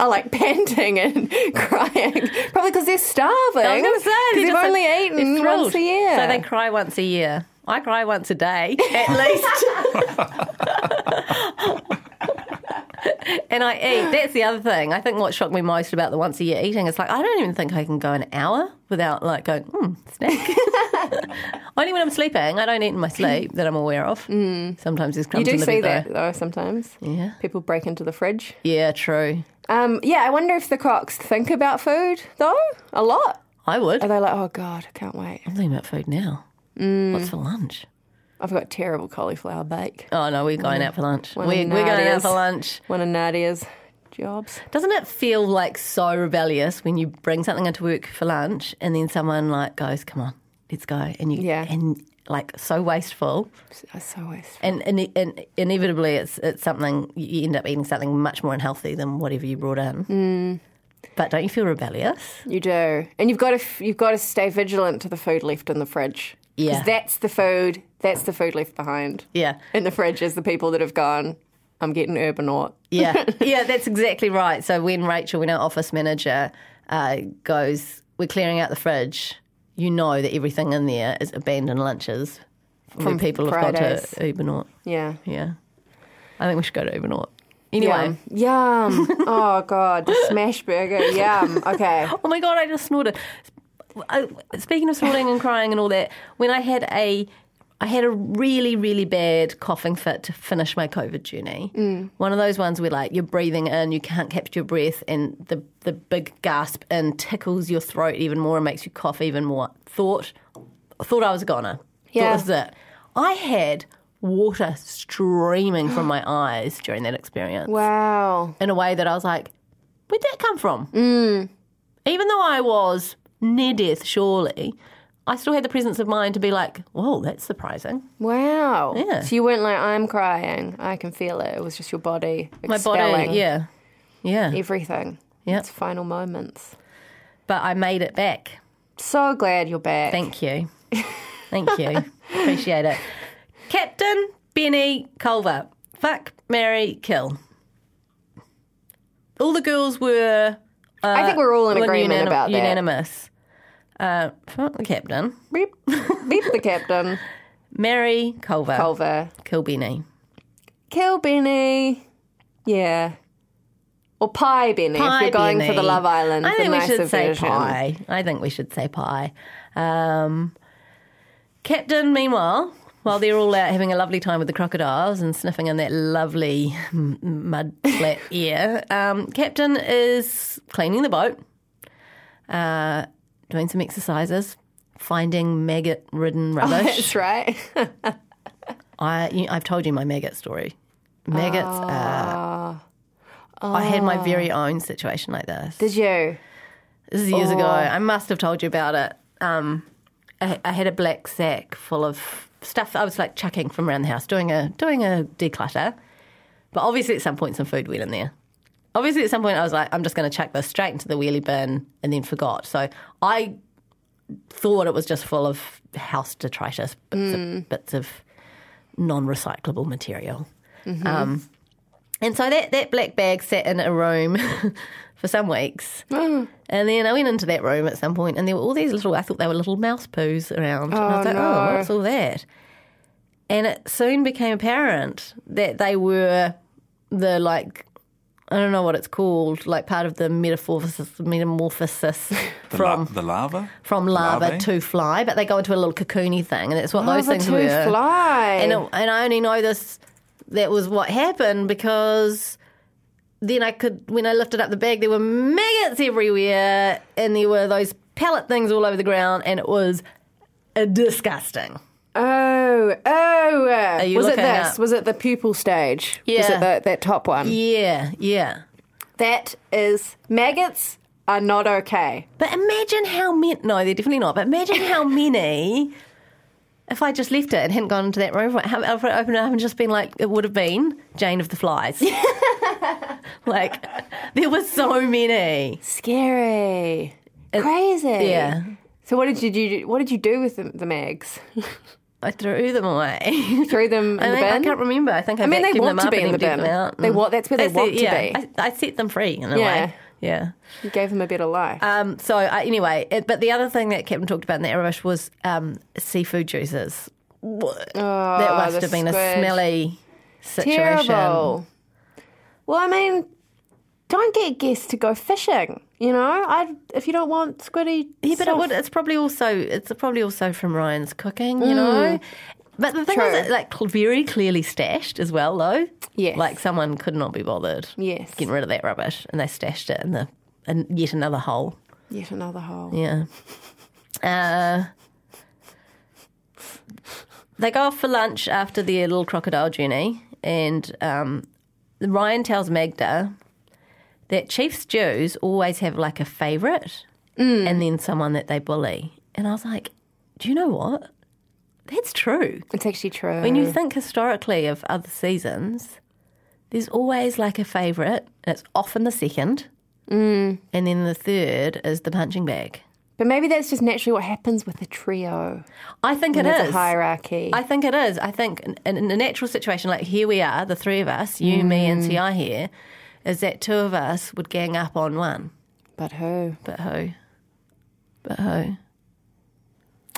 S6: are like panting and crying. Probably because they're starving.
S2: I was going to say
S6: 'Cause
S2: they're
S6: they've
S2: just-
S6: only
S2: they're
S6: eaten
S2: thrilled.
S6: once a year.
S2: so they cry once a year. I cry once a day, at least. and I eat. That's the other thing. I think what shocked me most about the once a year eating is like I don't even think I can go an hour without like going hmm, snack. Only when I'm sleeping. I don't eat in my sleep that I'm aware of. Mm. Sometimes there's
S6: you
S2: crumbs
S6: do
S2: in the
S6: see
S2: bed, though.
S6: that though sometimes.
S2: Yeah.
S6: People break into the fridge.
S2: Yeah, true.
S6: Um, yeah, I wonder if the crocs think about food though a lot.
S2: I would.
S6: Are they like, oh god, I can't wait.
S2: I'm thinking about food now.
S6: Mm.
S2: What's for lunch?
S6: I've got terrible cauliflower bake.
S2: Oh no, we're going out for lunch.
S6: Mm. Well,
S2: We're,
S6: now
S2: we're going
S6: it
S2: out
S6: is.
S2: for lunch.
S6: One of Nadia's jobs.
S2: Doesn't it feel like so rebellious when you bring something into work for lunch and then someone like goes, "Come on, let's go," and you
S6: Yeah.
S2: and like so wasteful
S6: That's so wasteful.
S2: and, and, and inevitably it's it's something you end up eating something much more unhealthy than whatever you brought in.
S6: Mm.
S2: But don't you feel rebellious?
S6: You do, and you've got to you've got to stay vigilant to the food left in the fridge. 'Cause
S2: Yeah.
S6: that's the food
S4: That's the food left behind.
S2: Yeah.
S4: In the fridge is the people that have gone, I'm getting urban or
S2: Yeah, yeah, that's exactly right. So when Rachel, when our office manager uh, goes, we're clearing out the fridge. You know that everything in there is abandoned lunches from where
S4: From
S2: people have
S4: Fridays.
S2: got to Ubernaut.
S4: Yeah.
S2: Yeah, I think we should go to Ubernaut. Anyway,
S4: Yum. Yum. oh, God. The smash burger. Yum. Okay.
S2: oh my god, I just snorted. I, speaking of snorting and crying and all that, when I had a, I had a really really bad coughing fit to finish my COVID journey.
S4: Mm.
S2: One of those ones where like you're breathing in, you can't capture your breath, and the the big gasp in tickles your throat even more and makes you cough even more. Thought, thought I was a goner.
S4: Yeah.
S2: Thought this is it. I had water streaming from my eyes during that experience
S4: Wow.
S2: in a way that I was like, where'd that come from? Even though I was near death, surely, I still had the presence of mind to be like, whoa, that's surprising.
S4: Wow.
S2: Oh. Yeah.
S4: So you weren't like, I'm crying. I can feel it. It was just your body
S2: My
S4: expelling
S2: body, yeah. Yeah.
S4: everything.
S2: Yeah.
S4: It's final moments.
S2: But I made it back.
S4: So glad you're back.
S2: Thank you. Thank you. Appreciate it. Captain Benny Culver. Fuck, Mary, kill. All the girls were. Uh,
S4: I think we're all in
S2: were
S4: agreement
S2: unanim-
S4: about that.
S2: Unanimous. Uh, fuck the captain.
S4: Beep. Beep the captain.
S2: Mary Culver.
S4: Culver.
S2: Kill Benny.
S4: Kill Benny. Yeah. Or pie Benny if
S2: Pie
S4: you're going for the
S2: Benny.
S4: Love Island.
S2: I
S4: the
S2: think we
S4: nicer
S2: should say
S4: version.
S2: pie. I think we should say pie. Um, Captain, meanwhile, while they're all out having a lovely time with the crocodiles and sniffing in that lovely m- mud flat air, um, Captain is cleaning the boat, uh, doing some exercises, finding maggot-ridden rubbish.
S4: Oh, That's right.
S2: I, you, I've told you my maggot story. Maggots. are I had my very own situation like this.
S4: Ah. Did you? Oh.
S2: This is years ago. I must have told you about it. Um, I, I had a black sack full of stuff that I was like chucking from around the house, doing a doing a declutter. But obviously, at some point, some food went in there. Obviously, at some point, I was like, I'm just going to chuck this straight into the wheelie bin, and then forgot. So I thought it was just full of house detritus, bits, of, bits of non-recyclable material. Um, and so that, that black bag sat in a room for some weeks. And then I went into that room at some point and there were all these little, I thought they were little mouse poos around. and I was like, oh, what's all that? And it soon became apparent that they were the, like, I don't know what it's called, like part of the metamorphosis, metamorphosis
S1: The,
S2: from
S1: la- the lava?
S2: from lava
S1: Larvae?
S2: to fly, but they go into a little cocoony thing, and that's what those
S4: Lava
S2: things
S4: to
S2: were.
S4: fly.
S2: And it- and I only know this. That was what happened because then I could when I lifted up the bag, there were maggots everywhere, and there were those pellet things all over the ground, and it was uh, disgusting.
S4: Oh, oh.
S2: you
S4: was it
S2: looking
S4: this?
S2: up?
S4: Was it the pupil stage? Was
S2: Yeah.
S4: it the, that top one?
S2: Yeah, yeah.
S4: That is maggots are not okay.
S2: But imagine how many. No, they're definitely not. But imagine how many. If I just left it and hadn't gone into that room, if I if I opened it up and just been like, it would have been Jane of the Flies. like, there were so many.
S4: Scary. Crazy.
S2: Yeah.
S4: So what did you do? What did you do with the, the mags?
S2: I threw them away.
S4: Threw them in
S2: I,
S4: the
S2: think, Um, I
S4: bin.
S2: can't remember. I think I,
S4: I mean, they
S2: vacuumed
S4: want
S2: them
S4: to
S2: up
S4: be
S2: and
S4: in the
S2: emptied
S4: bin.
S2: them out.
S4: They
S2: and-
S4: want- that's where they want to
S2: yeah,
S4: be.
S2: I, I set them free in a
S4: Yeah.
S2: way. Yeah.
S4: you gave them a better life.
S2: Um, so uh, anyway, it, but the other thing that Captain talked about in the Erebush was um, seafood juices. that must
S4: the
S2: have been a
S4: squid.
S2: smelly situation.
S4: Terrible. Well, I mean, don't get guests to go fishing. You know, I if you don't want squiddy,
S2: Yeah, but it would, it's probably also it's probably also from Ryan's cooking, you know. But the thing
S4: True.
S2: is, it's like cl- very clearly stashed as well, though.
S4: Yes.
S2: like someone could not be bothered.
S4: Yes.
S2: getting rid of that rubbish, and they stashed it in the in yet another hole.
S4: yet another hole.
S2: Yeah. Uh, they go off for lunch after their little crocodile journey, and um, Ryan tells Magda that chief stews always have like a favourite
S4: Mm.
S2: and then someone that they bully. And I was like, do you know what? That's true.
S4: It's actually true.
S2: When you think historically of other seasons, there's always like a favourite, and it's often the second, and then the third is the punching bag.
S6: Mm. But maybe that's just naturally what happens with a trio.
S2: I think it
S6: There's a
S2: is.
S6: hierarchy.
S2: I think it is. I think in, in, in a natural situation, like here we are, the three of us, you, me,
S6: Mm.
S2: and Ti here, is that two of us would gang up on one.
S6: but who?
S2: But who? But who?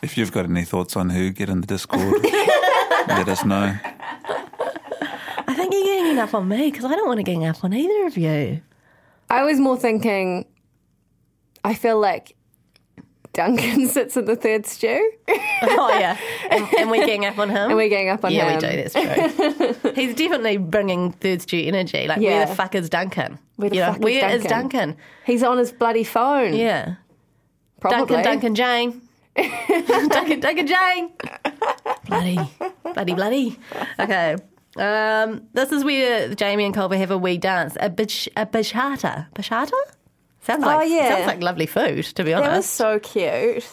S9: If you've got any thoughts on who, get in the Discord. Let us know.
S2: I think you're ganging up on me because I don't want to gang up on either of you.
S6: I was more thinking. I feel like Duncan sits in the third stew,
S2: Oh yeah, and, and we gang up on him.
S6: and we're going up on
S2: yeah,
S6: him.
S2: we do. That's true. He's definitely bringing third stew energy. Like, where
S6: Yeah.
S2: the fuck is Duncan?
S6: Where the
S2: You know,
S6: fuck is
S2: where is
S6: Duncan?
S2: Duncan?
S6: He's on his bloody phone.
S2: Yeah,
S6: probably.
S2: Duncan, Duncan, Jane. Duncan, Duncan, Jane. Bloody, bloody, bloody. Okay. Um, this is where Jamie and Culver have a wee dance. A bish, a bishata. Bishata? Sounds like,
S6: Oh, yeah.
S2: sounds like lovely food, to be
S6: That
S2: honest.
S6: was so cute.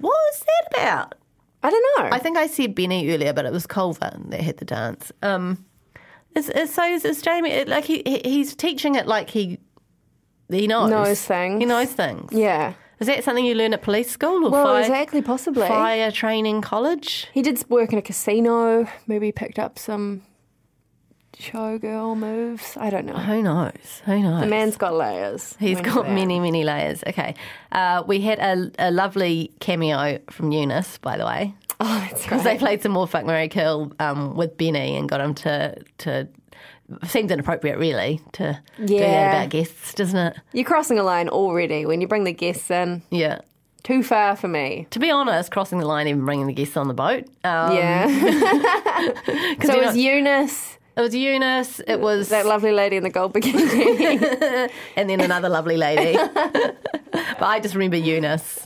S2: What was that about?
S6: I don't know.
S2: I think I said Benny earlier, but it was Culver that had the dance. Um, is, is, so is, is Jamie, it- like he, he- he's teaching it like he, he knows.
S6: Knows things.
S2: He knows things.
S6: yeah.
S2: Is that something you learn at police school or
S6: Well,
S2: fire?
S6: exactly, possibly.
S2: Fire training college.
S6: He did work in a casino. Maybe picked up some showgirl moves. I don't know.
S2: Who knows? Who knows?
S6: The man's got layers.
S2: He's
S6: We know
S2: got
S6: that.
S2: many, many layers. Okay. Uh, we had a, a lovely cameo from Eunice, by the way,
S6: Oh, that's
S2: because they
S6: right.
S2: played some more Fuck Mary Kill um, with Benny and got him to. to Seems inappropriate, really, to do that
S6: Yeah.
S2: about guests, doesn't it?
S6: You're crossing a line already when you bring the guests in.
S2: Yeah.
S6: Too far for me.
S2: To be honest, crossing the line, even bringing the guests on the boat. Um,
S6: yeah.
S2: 'cause
S6: so
S2: you
S6: it
S2: know-
S6: was Eunice,
S2: it was Eunice. It was
S6: that lovely lady in the gold bikini.
S2: and then another lovely lady. but I just remember Eunice.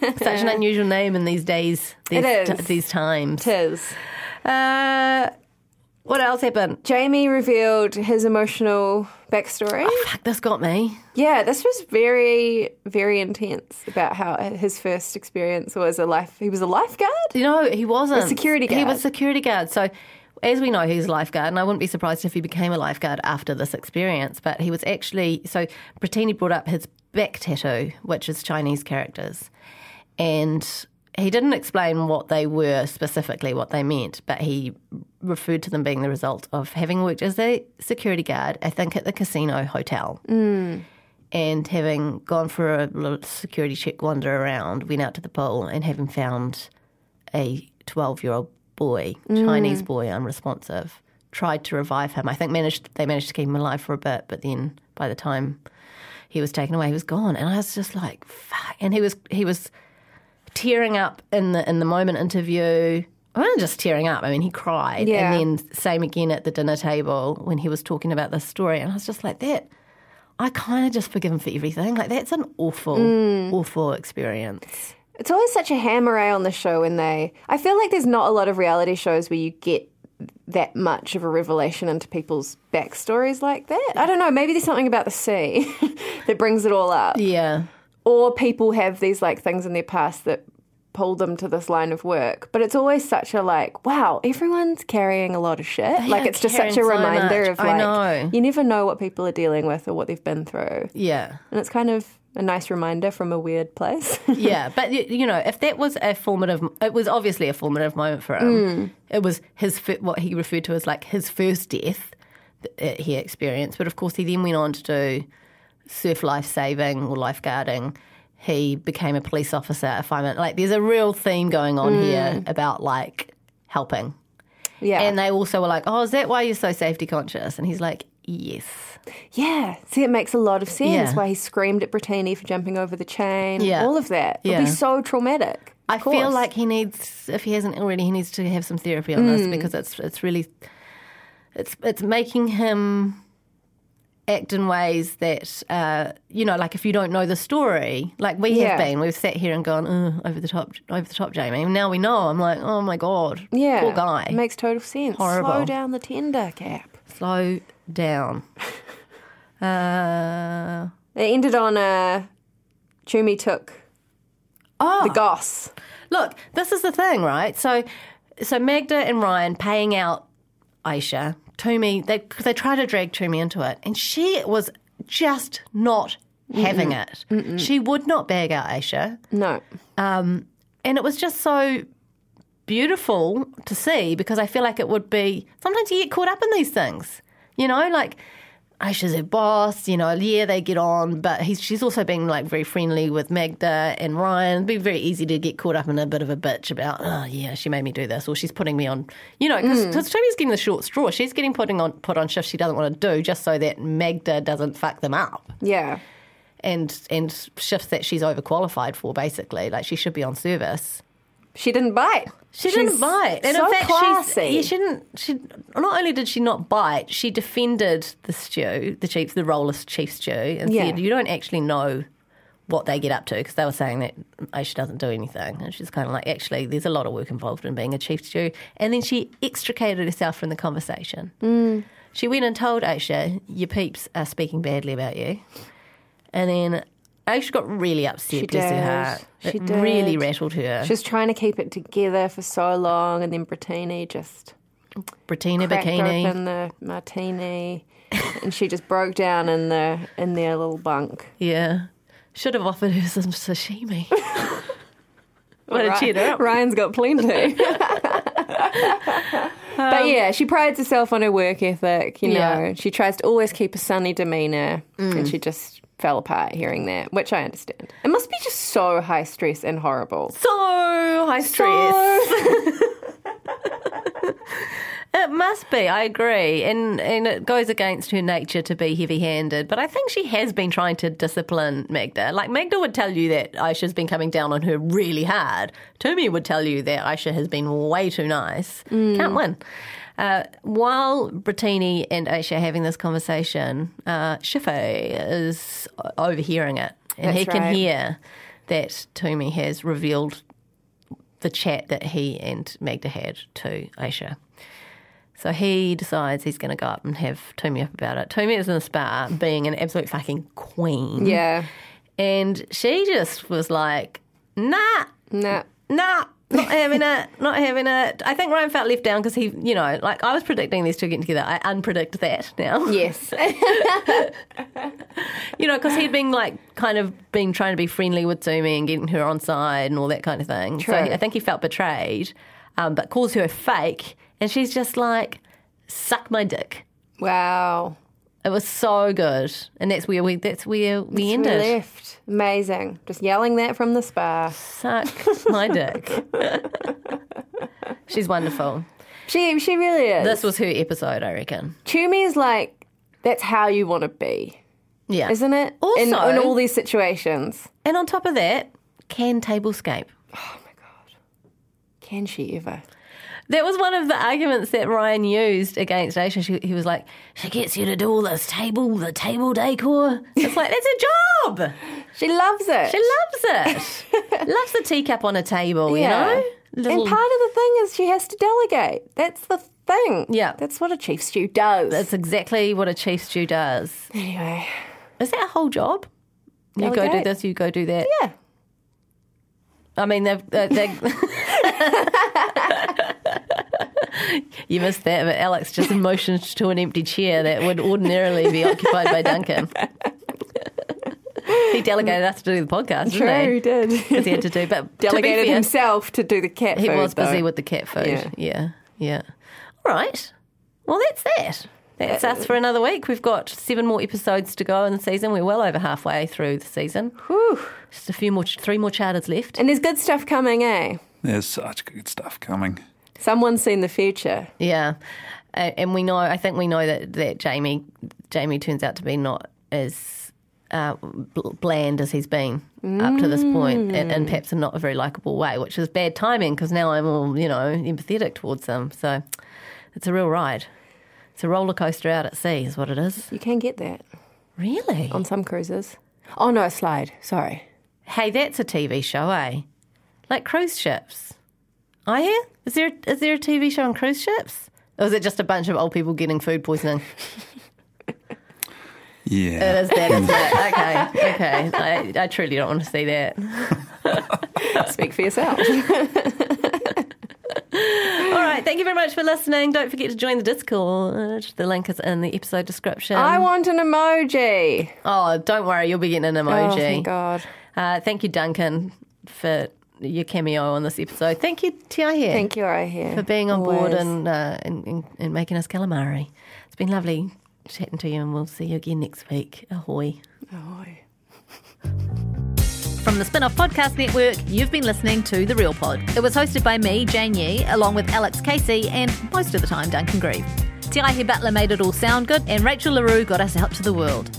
S2: Such an unusual name in these days, these,
S6: It
S2: t-
S6: is.
S2: these times.
S6: Tis.
S2: Uh, what else happened?
S6: Jamie revealed his emotional backstory.
S2: Fuck, this got me.
S6: Yeah, this was very, very intense about how his first experience was a life. He was a lifeguard.
S2: You know, he wasn't.
S6: A security
S2: He
S6: guard.
S2: was security guard. So, as we know, he's a lifeguard, and I wouldn't be surprised if he became a lifeguard after this experience. But he was actually. So, Brittini brought up his back tattoo, which is Chinese characters. And he didn't explain what they were specifically, what they meant, but he referred to them being the result of having worked as a security guard, I think, at the casino hotel. and having gone for a little security check wander around, went out to the pool and having found a 12 year old boy, Chinese boy, unresponsive, tried to revive him. I think managed they managed to keep him alive for a bit, but then by the time he was taken away, he was gone. And I was just like, fuck. And he was he was tearing up in the in the moment interview. I wasn't just tearing up. I mean, he cried,
S6: Yeah.
S2: and then same again at the dinner table when he was talking about this story. And I was just like, that I kind of just forgive him for everything. Like that's an awful, awful experience.
S6: It's always such a hammer eh, on the show when they. I feel like there's not a lot of reality shows where you get that much of a revelation into people's backstories like that. I don't know. Maybe there's something about the sea that brings it all up,
S2: Yeah,
S6: or people have these like things in their past that pull them to this line of work. But it's always such a like, wow, everyone's carrying a lot of shit. like
S2: are
S6: it's just such a
S2: carrying so
S6: reminder
S2: much.
S6: of
S2: I
S6: like
S2: know.
S6: you never know what people are dealing with or what they've been through,
S2: yeah,
S6: and it's kind of a nice reminder from a weird place.
S2: yeah. But y- you know, if that was a formative, it was obviously a formative moment for him.
S6: Hmm.
S2: It was his fir- what he referred to as like his first death that uh, he experienced. But of course, he then went on to do surf life saving or lifeguarding. He became a police officer. If I'm like, there's a real theme going on here about like helping.
S6: yeah.
S2: And they also were like, "Oh, is that why you're so safety conscious?" And he's like, "Yes."
S6: Yeah. See, it makes a lot of sense
S2: Yeah.
S6: why he screamed at Brittini for jumping over the chain.
S2: Yeah.
S6: All of that. It'd
S2: Yeah.
S6: be so traumatic.
S2: I
S6: Of course.
S2: feel like he needs, if he hasn't already, he needs to have some therapy on
S6: Mm.
S2: this because it's it's really, it's it's making him act in ways that uh, you know, like if you don't know the story, like we have
S6: Yeah.
S2: been, we've sat here and gone "Ugh, over the top, over the top, Jamie. And now we know. I'm like, oh my god,
S6: yeah,
S2: poor guy.
S6: It makes total sense.
S2: Horrible.
S6: Slow down the tender cap.
S2: Slow down. Uh,
S6: It ended on a Chumi took
S2: oh,
S6: the goss.
S2: Look, this is the thing, right? So, so Magda and Ryan paying out Aisha, Toomey, they they try to drag Toomey into it, and she was just not having it. She would not bag out Aisha. Um,
S4: No.
S2: And it was just so beautiful to see because I feel like it would be sometimes you get caught up in these things. You know, like Aisha's her boss, you know, yeah, they get on, but he's, she's also been like very friendly with Magda and Ryan. It'd be very easy to get caught up in a bit of a bitch about, oh, yeah, she made me do this or she's putting me on, you know, because Toby's getting the short straw. She's getting putting on, put on shifts she doesn't want to do just so that Magda doesn't fuck them up
S4: Yeah.
S2: and and shifts that she's overqualified for, basically. Like she should be on service.
S4: She didn't bite.
S2: She
S4: She's
S2: didn't bite. And
S4: so
S2: in fact
S4: classy.
S2: she's yeah, she didn't she not only did she not bite, she defended the stew, the chief the role of chief stew and
S4: Yeah.
S2: said, You don't actually know what they get up to because they were saying that Aisha doesn't do anything. And she's kind of like, actually, there's a lot of work involved in being a chief stew. And then she extricated herself from the conversation.
S4: Mm.
S2: She went and told Aisha, your peeps are speaking badly about you. And then Aisha got really upset,
S4: She
S2: bless
S4: did.
S2: her heart.
S4: She
S2: it really
S4: did.
S2: rattled her.
S4: She was trying to keep it together for so long, and then Brittini just
S2: Bettina
S4: cracked
S2: Bikini.
S4: open the martini, and she just broke down in the in their little bunk.
S2: Yeah. Should have offered her some sashimi. what a
S4: Ri-
S2: cheater.
S4: Ryan's got plenty. but yeah, she prides herself on her work ethic. You know,
S2: Um, Yeah. Mm.
S4: she tries to always keep a sunny demeanor, and she just fell apart hearing that, which I understand. It must be just so high stress and horrible.
S2: So high stress. it must be, I agree. And and it goes against her nature to be heavy handed. But I think she has been trying to discipline Magda. Like Magda would tell you that Aisha's been coming down on her really hard. Toomey would tell you that Aisha has been way too nice.
S4: Mm.
S2: Can't win. Uh, while Brittini and Aisha are having this conversation, uh, Shife is o- overhearing it. And he
S4: That's
S2: can
S4: right.
S2: hear that Toomey has revealed the chat that he and Magda had to Aisha. So he decides he's going to go up and have Toomey up about it. Toomey is in the spa being an absolute fucking queen.
S4: Yeah,
S2: And she just was like, nah,
S4: nah.
S2: nah. not having it, not having it. I think Ryan felt left down because he, you know, like I was predicting these two getting together. I unpredict that now.
S4: Yes.
S2: You know, because he'd been like kind of been trying to be friendly with Toomey and getting her on side and all that kind of thing. So
S4: True.
S2: he- I think he felt betrayed, um, but calls her fake. And she's just like, suck my dick.
S6: Oh,
S4: wow.
S2: It was so good, and that's where we that's where we
S4: That's where
S2: ended.
S4: we left. Amazing. Just yelling that from the spa.
S2: Suck my dick. She's wonderful.
S4: She she really is.
S2: This was her episode, I reckon.
S4: Toomey is like that's how you want to be,
S2: Yeah,
S4: isn't it? in,
S2: Also-
S4: in all these situations,
S2: and on top of that, can tablescape.
S4: can she ever?
S2: That was one of the arguments that Ryan used against Aisha. She, he was like, "She gets you to do all this table, the table decor." It's like that's a job.
S4: She loves it.
S2: She loves it. loves the teacup on a table.
S4: Yeah.
S2: You know, Little-
S4: And part of the thing is she has to delegate. That's the thing.
S2: Yeah.
S4: that's what a chief stew does.
S2: that's exactly what a chief stew does.
S4: anyway,
S2: Is that a whole job? You go do
S4: Delegate.
S2: this, you go do that.
S4: yeah.
S2: I mean, they've. Uh, they you missed that, but Alex just motioned to an empty chair that would ordinarily be occupied by Duncan. he delegated us to do the podcast, didn't
S4: True,
S2: he?
S4: he did.
S2: Because he had to do. But to
S4: Delegated
S2: be fair,
S4: himself to do the cat
S2: He
S4: food.
S2: was busy
S4: though.
S2: with the cat food.
S4: Yeah.
S2: Yeah. yeah, All right. Well, that's that. That's us for another week. We've got seven more episodes to go in the season. We're well over halfway through the season. Just a few more, three more charters left.
S4: And there's good stuff coming, eh?
S1: There's such good stuff coming.
S4: Someone's seen the future.
S2: Yeah, A- and we know. I think we know that that Jamie Jamie turns out to be not as uh, bl- bland as he's been up to this point, and, and perhaps in not a very likable way, which is bad timing because now I'm all you know empathetic towards him. So it's a real ride. It's a roller coaster out at sea, is what it is.
S4: You can get that
S2: Really?
S4: on some cruises. Oh no, a slide. Sorry.
S2: Hey, that's a TV show, eh? Like cruise ships. I hear. Is there is there a TV show on cruise ships? Or is it just a bunch of old people getting food poisoning?
S1: Yeah.
S2: It is that, isn't it? Okay, okay. I, I truly don't want to see that. Um,
S4: Speak for yourself.
S2: All All right. Thank you very much for listening. Don't forget to join the Discord. The link is in the episode description.
S4: I want an emoji.
S2: oh, don't worry. You'll be getting an emoji.
S4: Oh, thank God.
S2: Uh, thank you, Duncan, for your cameo on this episode. Thank you, Tia here.
S4: Thank you, I hear.
S2: for being on board
S4: Always.
S2: and, uh, and, and, and making us calamari. It's been lovely chatting to you, and we'll see you again next week. Ahoy.
S8: From the Spin Off Podcast Network, you've been listening to The Real Pod. It was hosted by me, Jane Yee, along with Alex Casey and most of the time Duncan Grieve. Tiahi Butler made it all sound good, and Rachel LaRue got us out to the world.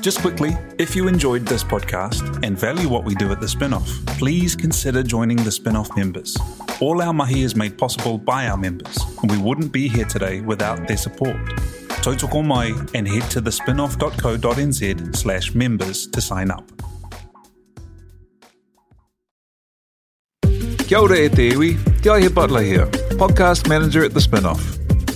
S1: Just quickly, if you enjoyed this podcast and value what we do at The Spinoff, please consider joining The Spinoff members. All our mahi is made possible by our members, and we wouldn't be here today without their support. Totoko mai and head to thespinoff.co.nz slash members to sign up. Kia ora e te iwi, Te Aihe Butler here, podcast manager at The Spinoff.